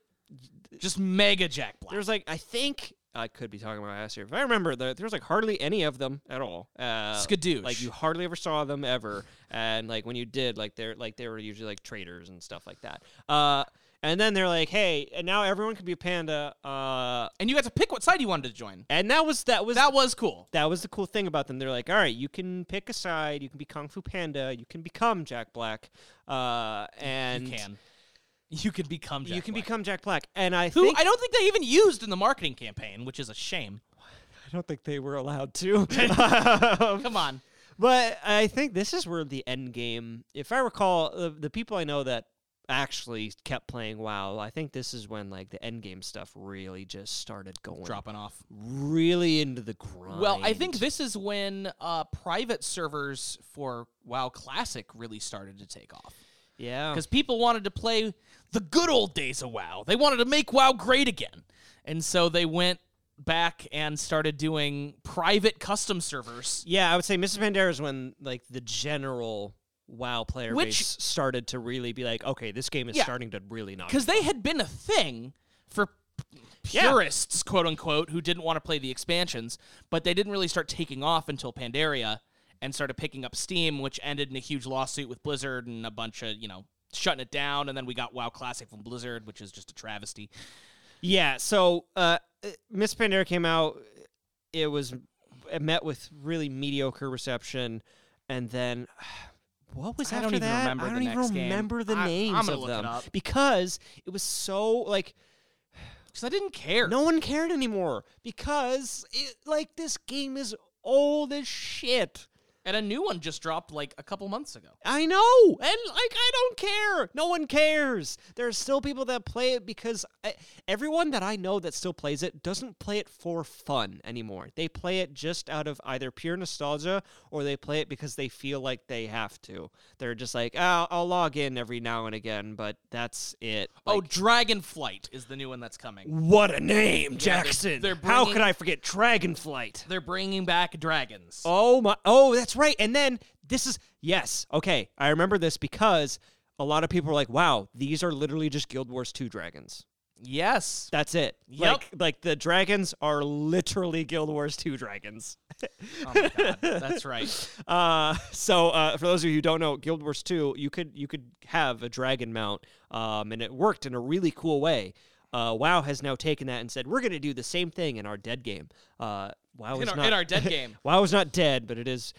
just mega Jack Black. There was like I think I could be talking about last year. If I remember, there, there was like hardly any of them at all. Uh, Skadoosh. Like you hardly ever saw them ever, and like when you did, like they're like they were usually like traders and stuff like that. Uh, and then they're like, hey, and now everyone can be a panda. Uh, and you got to pick what side you wanted to join. and that was that was That was cool. that was the cool thing about them. They're like, all right, you can pick a side. You can be Kung Fu Panda. You can become Jack Black. Uh, and you can. You can become Jack you can Black. become Jack Black. And I Who think I don't think they even used in the marketing campaign, which is a shame. I don't think they were allowed to. Come on. But I think this is where the end game, if I recall, the, the people I know that actually kept playing WoW, I think this is when like the end game stuff really just started going Dropping off. really into the grind. Well, I think this is when uh, private servers for WoW Classic really started to take off. yeah, because people wanted to play the good old days of WoW. They wanted to make WoW great again, and so they went back and started doing private custom servers. yeah, I would say Mrs. Pandera is when like the general WoW player Which- base started to really be like, okay, this game is Yeah. starting to really not Because they had been a thing for p- Yeah. purists, quote unquote, who didn't want to play the expansions, but they didn't really start taking off until Pandaria and started picking up steam, which ended in a huge lawsuit with Blizzard and a bunch of, you know, shutting it down. And then we got WoW Classic from Blizzard, which is just a travesty. Yeah, so uh, Miss Pandera came out. It was it met with really mediocre reception, and then what was I don't after even that? remember I the don't even next game. remember the I- I'm names gonna of look it them up. because it was so like Because I didn't care. no one cared anymore because it, like this game is old as shit. And a new one just dropped like a couple months ago. I know, and like I don't care. No one cares. There are still people that play it because I, everyone that I know that still plays it doesn't play it for fun anymore. They play it just out of either pure nostalgia or they play it because they feel like they have to. They're just like, oh, I'll log in every now and again, but that's it. oh, Like, Dragonflight is the new one that's coming. what a name, they're- Jackson! they're How bringing- could I forget Dragonflight? They're bringing back dragons. Oh my! Oh, that's right. And then this is yes. Okay, I remember this because a lot of people were like, "Wow, these are literally just Guild Wars two dragons." Yes. That's it. Yep. Like, like the dragons are literally Guild Wars two dragons. Oh my god. That's right. Uh, so uh, for those of you who don't know, Guild Wars two, you could you could have a dragon mount, um, and it worked in a really cool way. Uh, WoW has now taken that and said we're going to do the same thing in our dead game. Uh, WoW In is our- not in our dead game. WoW is not dead, but it is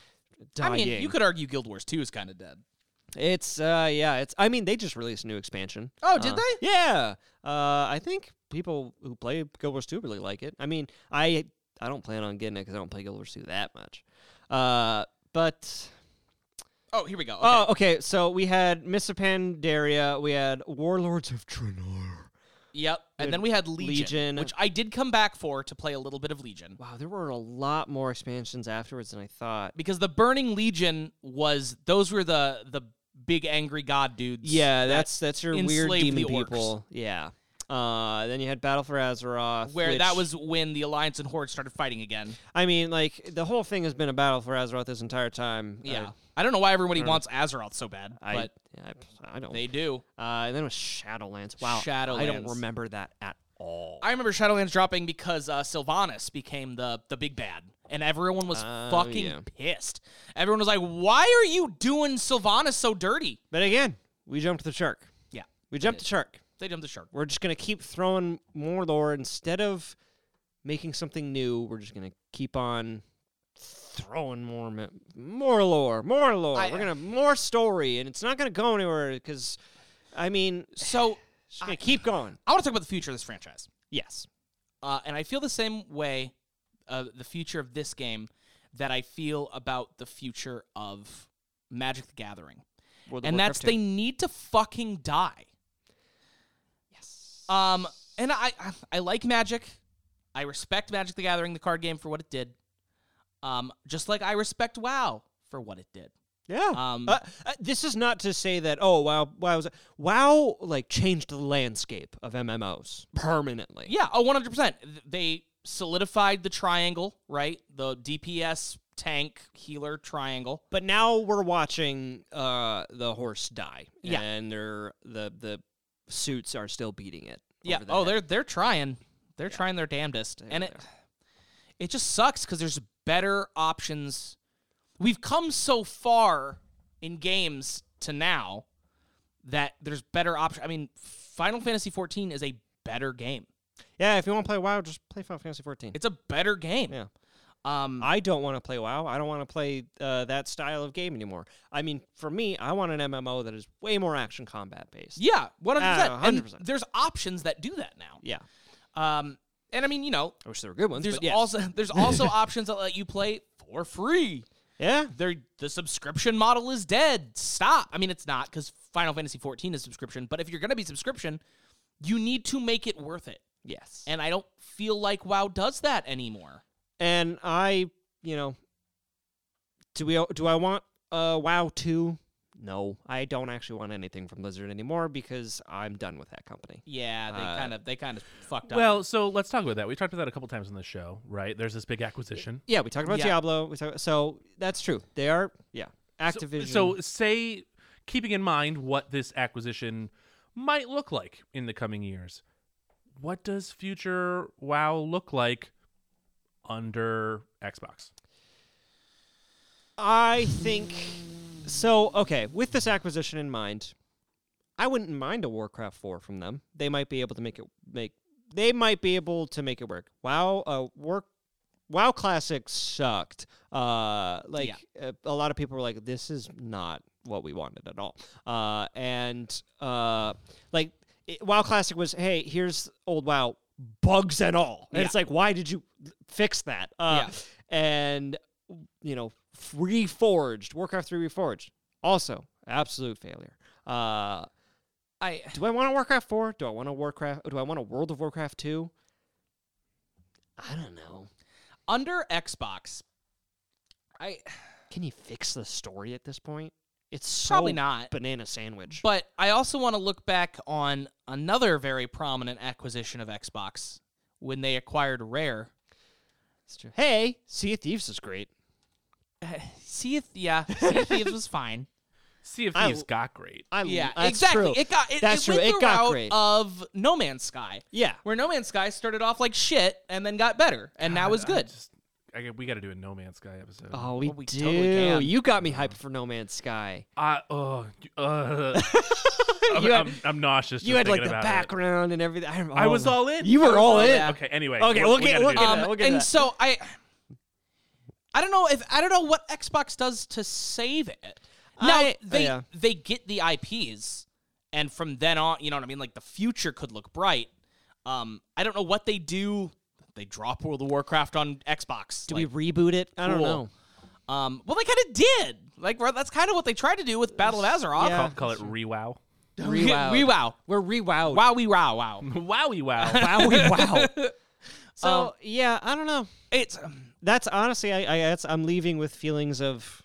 I dying. mean, you could argue Guild Wars 2 is kind of dead. It's uh yeah, it's I mean they just released a new expansion. Oh, did Uh, they? Yeah. Uh I think people who play Guild Wars 2 really like it. I mean, I I don't plan on getting it cuz I don't play Guild Wars 2 that much. Uh but Oh, here we go. Okay. Oh, okay. So we had Missa Pandaria, we had Warlords of Draenor. yep. And Good. then we had Legion, Legion. which I did come back for to play a little bit of Legion Wow, there were a lot more expansions afterwards than I thought. because the Burning Legion was those were the the big angry god dudes. Yeah, that- that's that's your weird enslaved the demon orcs. people. Yeah. Uh, then you had Battle for Azeroth, where that which- was when the Alliance and Horde started fighting again. I mean, like the whole thing has been a battle for Azeroth this entire time. Yeah. Uh, I don't know why everybody I don't wants Azeroth so bad, I, but I, I don't. they do. Uh, and then it was Shadowlands. Wow, I don't Shadowlands. remember that at all. I remember Shadowlands dropping because uh, Sylvanas became the the big bad, and everyone was Oh, fucking yeah. pissed. Everyone was like, "Why are you doing Sylvanas so dirty?" but again, we jumped the shark. Yeah, We jumped the shark. they jumped the shark. We're just gonna keep throwing more lore instead of making something new. We're just gonna keep on throwing more ma- more lore, more lore. I- we're gonna more story, and it's not gonna go anywhere because, I mean, it's So just gonna keep going. I want to talk about the future of this franchise. Yes. uh, and I feel the same way uh, the future of this game that I feel about the future of Magic the Gathering, World of and that's Warcraft they need to fucking die. Yes. Um, and I I- I like Magic. I respect Magic the Gathering, the card game, for what it did. Um, just like I respect WoW for what it did. Yeah. Um, Uh, uh, this is not to say that oh wow wow was wow like changed the landscape of MMOs permanently. Yeah, oh, 100%. Th- They solidified the triangle, right? The DPS tank healer triangle. But now we're watching uh, the horse die. Yeah. And they're the the suits are still beating it. Yeah. over the Oh, head. they're they're trying. They're trying their damnedest, and they it it just sucks because there's better options. We've come so far in games to now that there's better options. I mean, Final Fantasy 14 is a better game. yeah. If you want to play WoW, just play Final Fantasy 14. It's a better game. Yeah. Um. I don't want to play WoW. I don't want to play uh, that style of game anymore. I mean, for me, I want an MMO that is way more action combat based. yeah. 100. Ah, percent 100%. And there's options that do that now. Yeah. Um. And I mean, you know, I wish there were good ones. there's but yes. also there's also options that let you play for free. yeah. they're the subscription model is dead. Stop. I mean, it's not because Final Fantasy 14 is subscription, but if you're gonna be subscription, you need to make it worth it. Yes. And I don't feel like WoW does that anymore. and I, you know, do we do I want uh WoW 2? No, I don't actually want anything from Blizzard anymore because I'm done with that company. Yeah, they Uh, kind of they kind of fucked up. Well, so let's talk about that. We talked about that a couple times on the show, right? There's this big acquisition. Yeah, we talked about Yeah. Diablo. We talk, so that's true. They are yeah, So- Activision. So, say, keeping in mind what this acquisition might look like in the coming years, what does future WoW look like under Xbox? I think so. Okay, with this acquisition in mind, I wouldn't mind a Warcraft four from them. They might be able to make it make. They might be able to make it work. Wow, uh, work. WoW Classic sucked. Uh, like uh, a lot of people were like, "This is not what we wanted at all." Uh, and uh, like it, WoW Classic was, "Hey, here's old WoW, bugs and all." And it's like, "Why did you fix that?" Uh, And you know, reforged, Warcraft 3 reforged. Also, absolute failure. Uh, I do I want a Warcraft 4? Do I want a Warcraft? Do I want a World of Warcraft 2? I don't know. under Xbox, I Can you fix the story at this point? It's so Probably not. banana sandwich. but I also want to look back on another very prominent acquisition of Xbox when they acquired Rare. hey, Sea of Thieves is great. See if Uh, yeah, see if Thieves was fine. See if I- these got great. I Yeah, that's exactly. True. It got it, that's it true. Went uh, It the got route great. of No Man's Sky, yeah, where No Man's Sky started off like shit and then got better and now God, is I good. just- I got- we got to do a No Man's Sky episode. Oh, we, Well, we do. totally can. you got me hyped for No Man's Sky. I, oh, uh, I'm, You had- I'm- I'm nauseous. you just had like the thinking about it. background and everything. I'm I all was all in. You I were was all in. Okay. Anyway. Okay, we're- we'll we get- gotta we'll do get that. to that, we'll get to Um, and that. so I, I don't know if I don't know what Xbox does to save it. Now I- oh, they yeah. they get the IPs, and from then on, you know what I mean. Like the future could look bright. Um, I don't know what they do. They drop World of Warcraft on Xbox. Do like, we reboot it? I don't cool. know. Um, well, they kind of did. Like well, that's kind of what they tried to do with Battle of Azeroth. Yeah. Call, call it rewow. Rewowed. we wow. We're rewowed. Wow, we wow, wow. Wowie wow. wow, we wow. So Um, yeah, I don't know. It's um, That's honestly, I, I that's, I'm leaving with feelings of,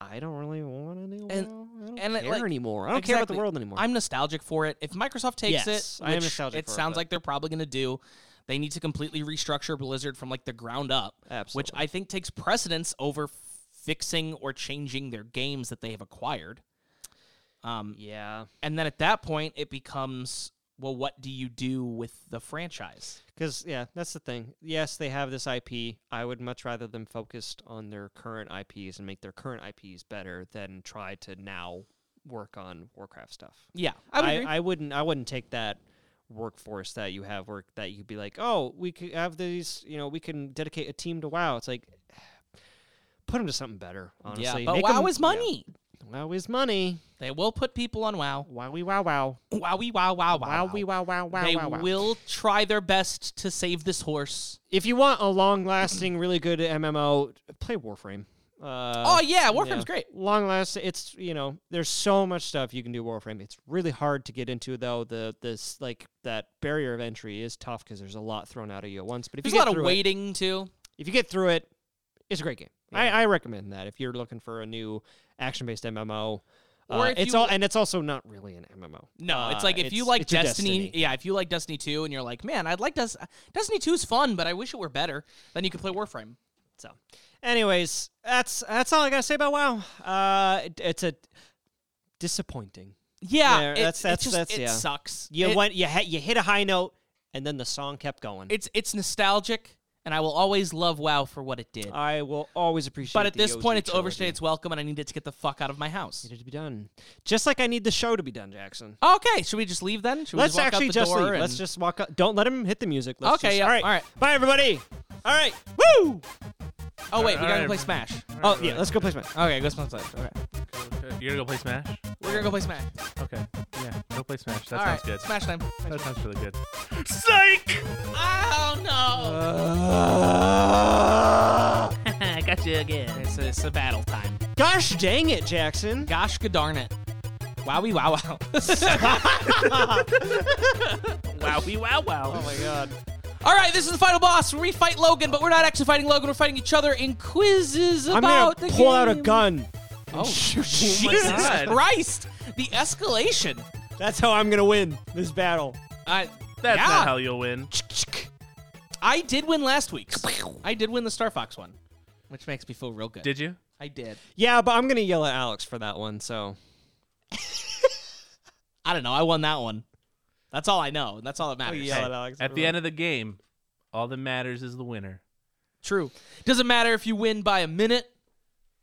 I don't really want anyone. And- I don't and it, care like- anymore. I don't care about the Exactly. world anymore. I'm nostalgic for it. If Microsoft takes Yes, it, I am which nostalgic it for it, sounds but- like they're probably going to do, they need to completely restructure Blizzard from like the ground up, which Absolutely. I think takes precedence over fixing or changing their games that they have acquired. Um, yeah, and then at that point, it becomes well, what do you do with the franchise? because yeah, that's the thing. Yes, they have this IP. I would much rather them focused on their current IPs and make their current IPs better than try to now work on Warcraft stuff. Yeah, I would I, agree. I wouldn't. I wouldn't take that workforce that you have work that you could be like, oh, we could have these. You know, we can dedicate a team to WoW. It's like put them to something better. Honestly, yeah, but Make WoW 'em- is money. Yeah. WoW is money. They will put people on WoW. Wowie wow wow. Wowie wow wow wow. Wowie wow wow wow they wow wow. will try their best to save this horse. If you want a long-lasting, really good MMO, play Warframe. Uh, oh yeah, Warframe's great. Long last, it's you know, there's so much stuff you can do Warframe. It's really hard to get into though. The this like that barrier of entry is tough because there's a lot thrown out at you at once. But if There's you a get lot of through it, waiting too. if you get through it, it's a great game. I, I recommend that if you're looking for a new action-based MMO. Or Uh, if it's you- all and it's also not really an MMO. No, it's Uh, like if you it's- like it's your Destiny, yeah, if you like Destiny 2 and you're like, man, I'd like Des- Destiny 2 is fun, but I wish it were better, then you could play Warframe. So, anyways, that's that's all I gotta say about WoW. Uh, it- it's a disappointing. Yeah, Yeah, it, that's- it that's- just- that's- it yeah. sucks. You It- went, you ha- you hit a high note, and then the song kept going. It's it's nostalgic, and I will always love WoW for what it did. I will always appreciate. but at the this OG point, it's trilogy. overstayed its welcome, and I need it to get the fuck out of my house. It to be done, just like I need the show to be done, Jackson. Okay, should we just leave then? Should we Let's just walk actually out the just door leave. and- Let's just walk up. Don't let him hit the music. Let's Okay, just- yeah, all right, all right. bye everybody. All right, woo. Oh wait, we All gotta go right. play Smash. Oh yeah, let's go play Smash. Okay, go Smash. Okay, Okay, You're gonna go play Smash? we're gonna go play Smash. Okay. Yeah. Go play Smash. That All sounds right, good. Smash time. That sounds really good. Psych! Oh no! gotcha again. It's a, it's a battle time. Gosh dang it, Jackson. Gosh, darn it! Wowie, wow, wow. Wowie wow wow. Oh my god. All right, this is the final boss. where We fight Logan, but we're not actually fighting Logan. We're fighting each other in quizzes I'm about gonna the pull out a game. gun. Oh, Jesus God. Christ! The escalation. That's how I'm gonna win this battle. I, That's yeah. not how you'll win. I did win last week's. I did win the Star Fox one, which makes me feel real good. Did you? I did. Yeah, but I'm gonna yell at Alex for that one. So I don't know. I won that one. That's all I know, and that's all that Oh, matters. yell at Alex. At the end of the game, all that matters is the winner. True. Doesn't matter if you win by a minute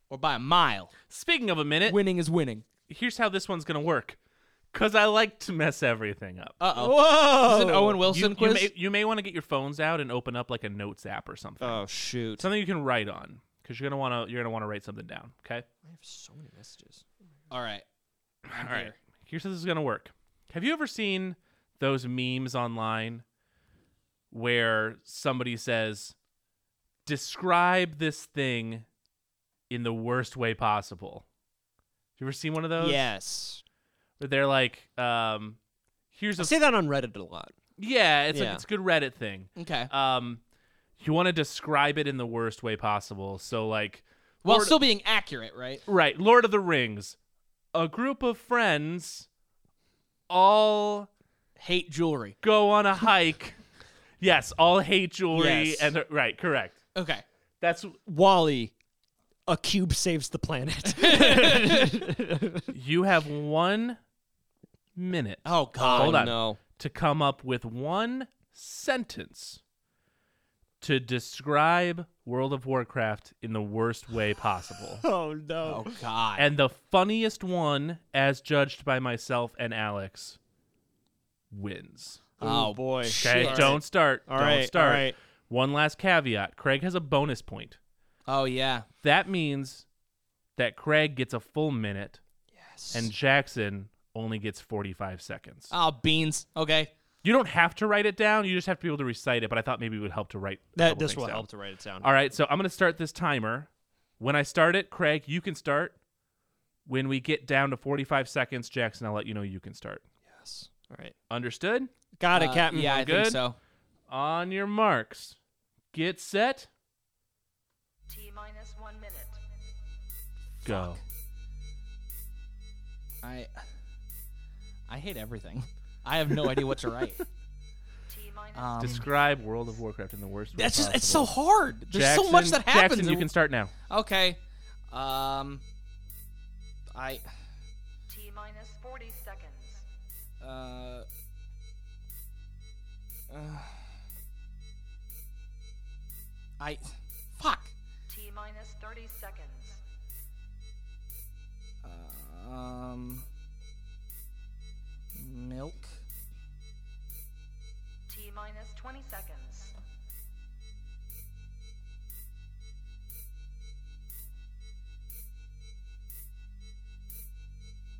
or by a mile. Speaking of a minute, Winning is winning. here's how this one's gonna work. Cause I like to mess everything up. Uh oh. Whoa! This is an Owen Wilson you, you quiz. may you may want to get your phones out and open up like a notes app or something. oh shoot! something you can write on. Because you're gonna wanna you're gonna wanna write something down. Okay? I have so many messages. all right. All right. Here's how this is going to work. Have you ever seen those memes online where somebody says, describe this thing in the worst way possible? You ever seen one of those? Yes, Where they're like, um, here's I a. say that on Reddit a lot. yeah, it's Yeah. like it's a good Reddit thing. Okay. Um, you want to describe it in the worst way possible. So, like, While Lord- still being accurate, right? Right, Lord of the Rings. A group of friends all Hate jewelry. go on a hike. yes, all hate jewelry Yes. and right, correct. Okay. That's Wally, a cube saves the planet. you have one minute Oh God. Hold on. No. to come up with one sentence to describe World of Warcraft in the worst way possible. Oh no. Oh God. and the funniest one, as judged by myself and Alex, wins. Oh, boy. Okay, don't start. All don't right, all start. right. One last caveat. Craig has a bonus point. oh yeah. That means that Craig gets a full minute Yes. and Jackson only gets 45 seconds. Uh, Oh beans. Okay. you don't have to write it down. You just have to be able to recite it, but I thought maybe it would help to write. a that couple this things will down. help to write it down. All right, so I'm going to start this timer. When I start it, Craig, you can start. When we get down to 45 seconds, Jackson, I'll let you know you can start. Yes. All right. Understood? Got it, Uh, Captain. Yeah, I good? think so. On your marks. Get set. T minus one minute. Go. I I hate everything. I have no idea what to write. Um, Describe World of Warcraft in the worst way That's just it's so possible. hard. There's so much that Jackson- happens. Jackson, you in- can start now. Okay. Um I T minus 40 seconds. uh, uh I fuck. T minus 30 seconds. Um milk. T minus 20 seconds.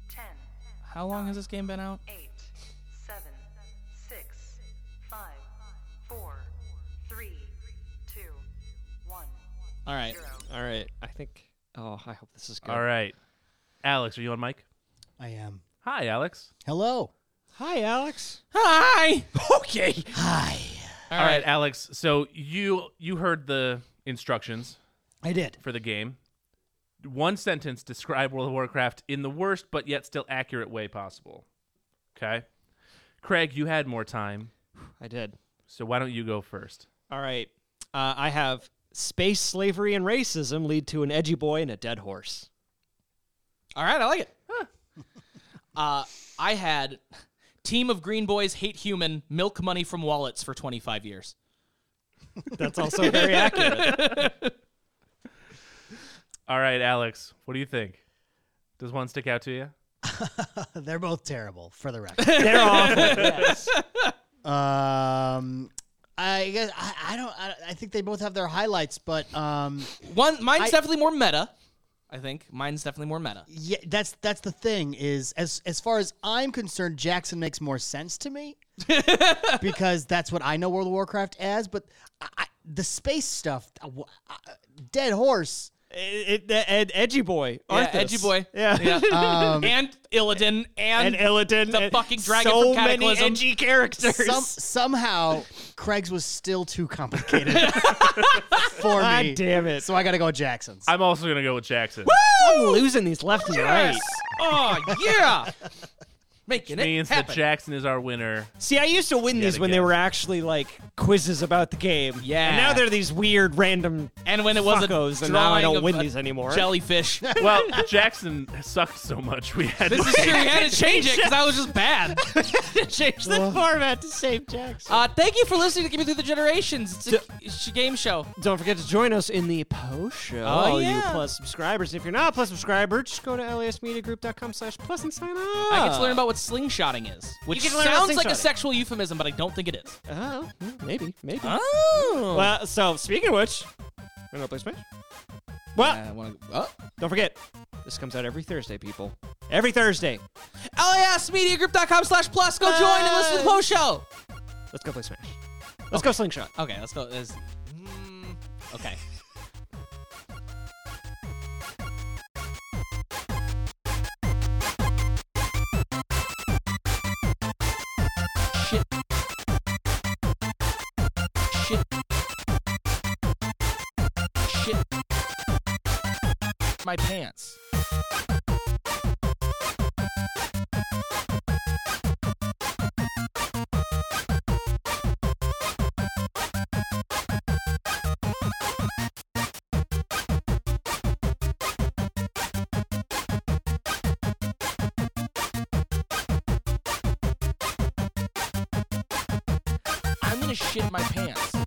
Ten, How long has this game been out? eight, seven, six, five, four, three, two, one. All right. All right. I think. Oh, I hope this is good. All right. Alex, are you on mic? I am. Hi, Alex. Hello. Hi, Alex. Hi. Okay. Hi. All right, Alex. So you you heard the instructions I did. for the game. One sentence describe World of Warcraft in the worst but yet still accurate way possible. Okay? Craig, you had more time, I did. so why don't you go first? All right. Uh, I have space slavery and racism lead to an edgy boy and a dead horse. All right, I like it. uh, I had team of green boys hate human milk money from wallets for 25 years. That's also very accurate. All right, Alex, what do you think? Does one stick out to you? They're both terrible, for the record. They're awful. um, I guess I, I don't. I, I think they both have their highlights, but um, One, mine's I- definitely more meta. I think mine's definitely more meta. yeah, that's that's the thing. Is as as far as I'm concerned, Jackson makes more sense to me because that's what I know World of Warcraft as. But I, I, the space stuff, I- w- I- dead horse. it, it, ed, edgy boy. Yeah, Arthas. edgy boy. Yeah. Um, and Illidan and, And Illidan. The and fucking dragon so from Cataclysm. many edgy characters. Some, somehow, Craig's was still too complicated for God me. damn it. So I got to go Jackson's. I'm also going to go with Jackson. I'm losing these left and right. oh yeah, making it Means happen. that Jackson is our winner. See, I used to win these when they again. were actually like quizzes about the game. Yeah. And now they're these weird random and when it was fuckos, a and now drawing I don't of win a these anymore. Jellyfish. Well, Jackson sucked so much we had this to is true. We had to change it because I was just bad. Change the format to save Jackson. Uh, thank you for listening to Give Me Through the Generations. It's a, it's a game show. Don't forget to join us in the post show. Oh, all you yeah. Plus subscribers. If you're not a Plus subscriber, just go to lasmediagroup.com slash plus and sign up. I get to learn about what slingshotting is, which Ah. get to learn about sounds like a slingshotting. sexual euphemism, but I don't think it is. Oh, yeah, maybe, maybe. Oh. Well, so speaking of which, we're going to play Smash. Well, I wanna, oh. don't forget, this comes out every Thursday, people. Every Thursday. LASmediagroup.com slash plus. Go join and listen Ah. to the post show. Let's go play Smash. Let's go Slingshot. Okay, let's go. There's- mm, okay. Shit. Shit. Shit. My pants. I'm gonna shit my pants.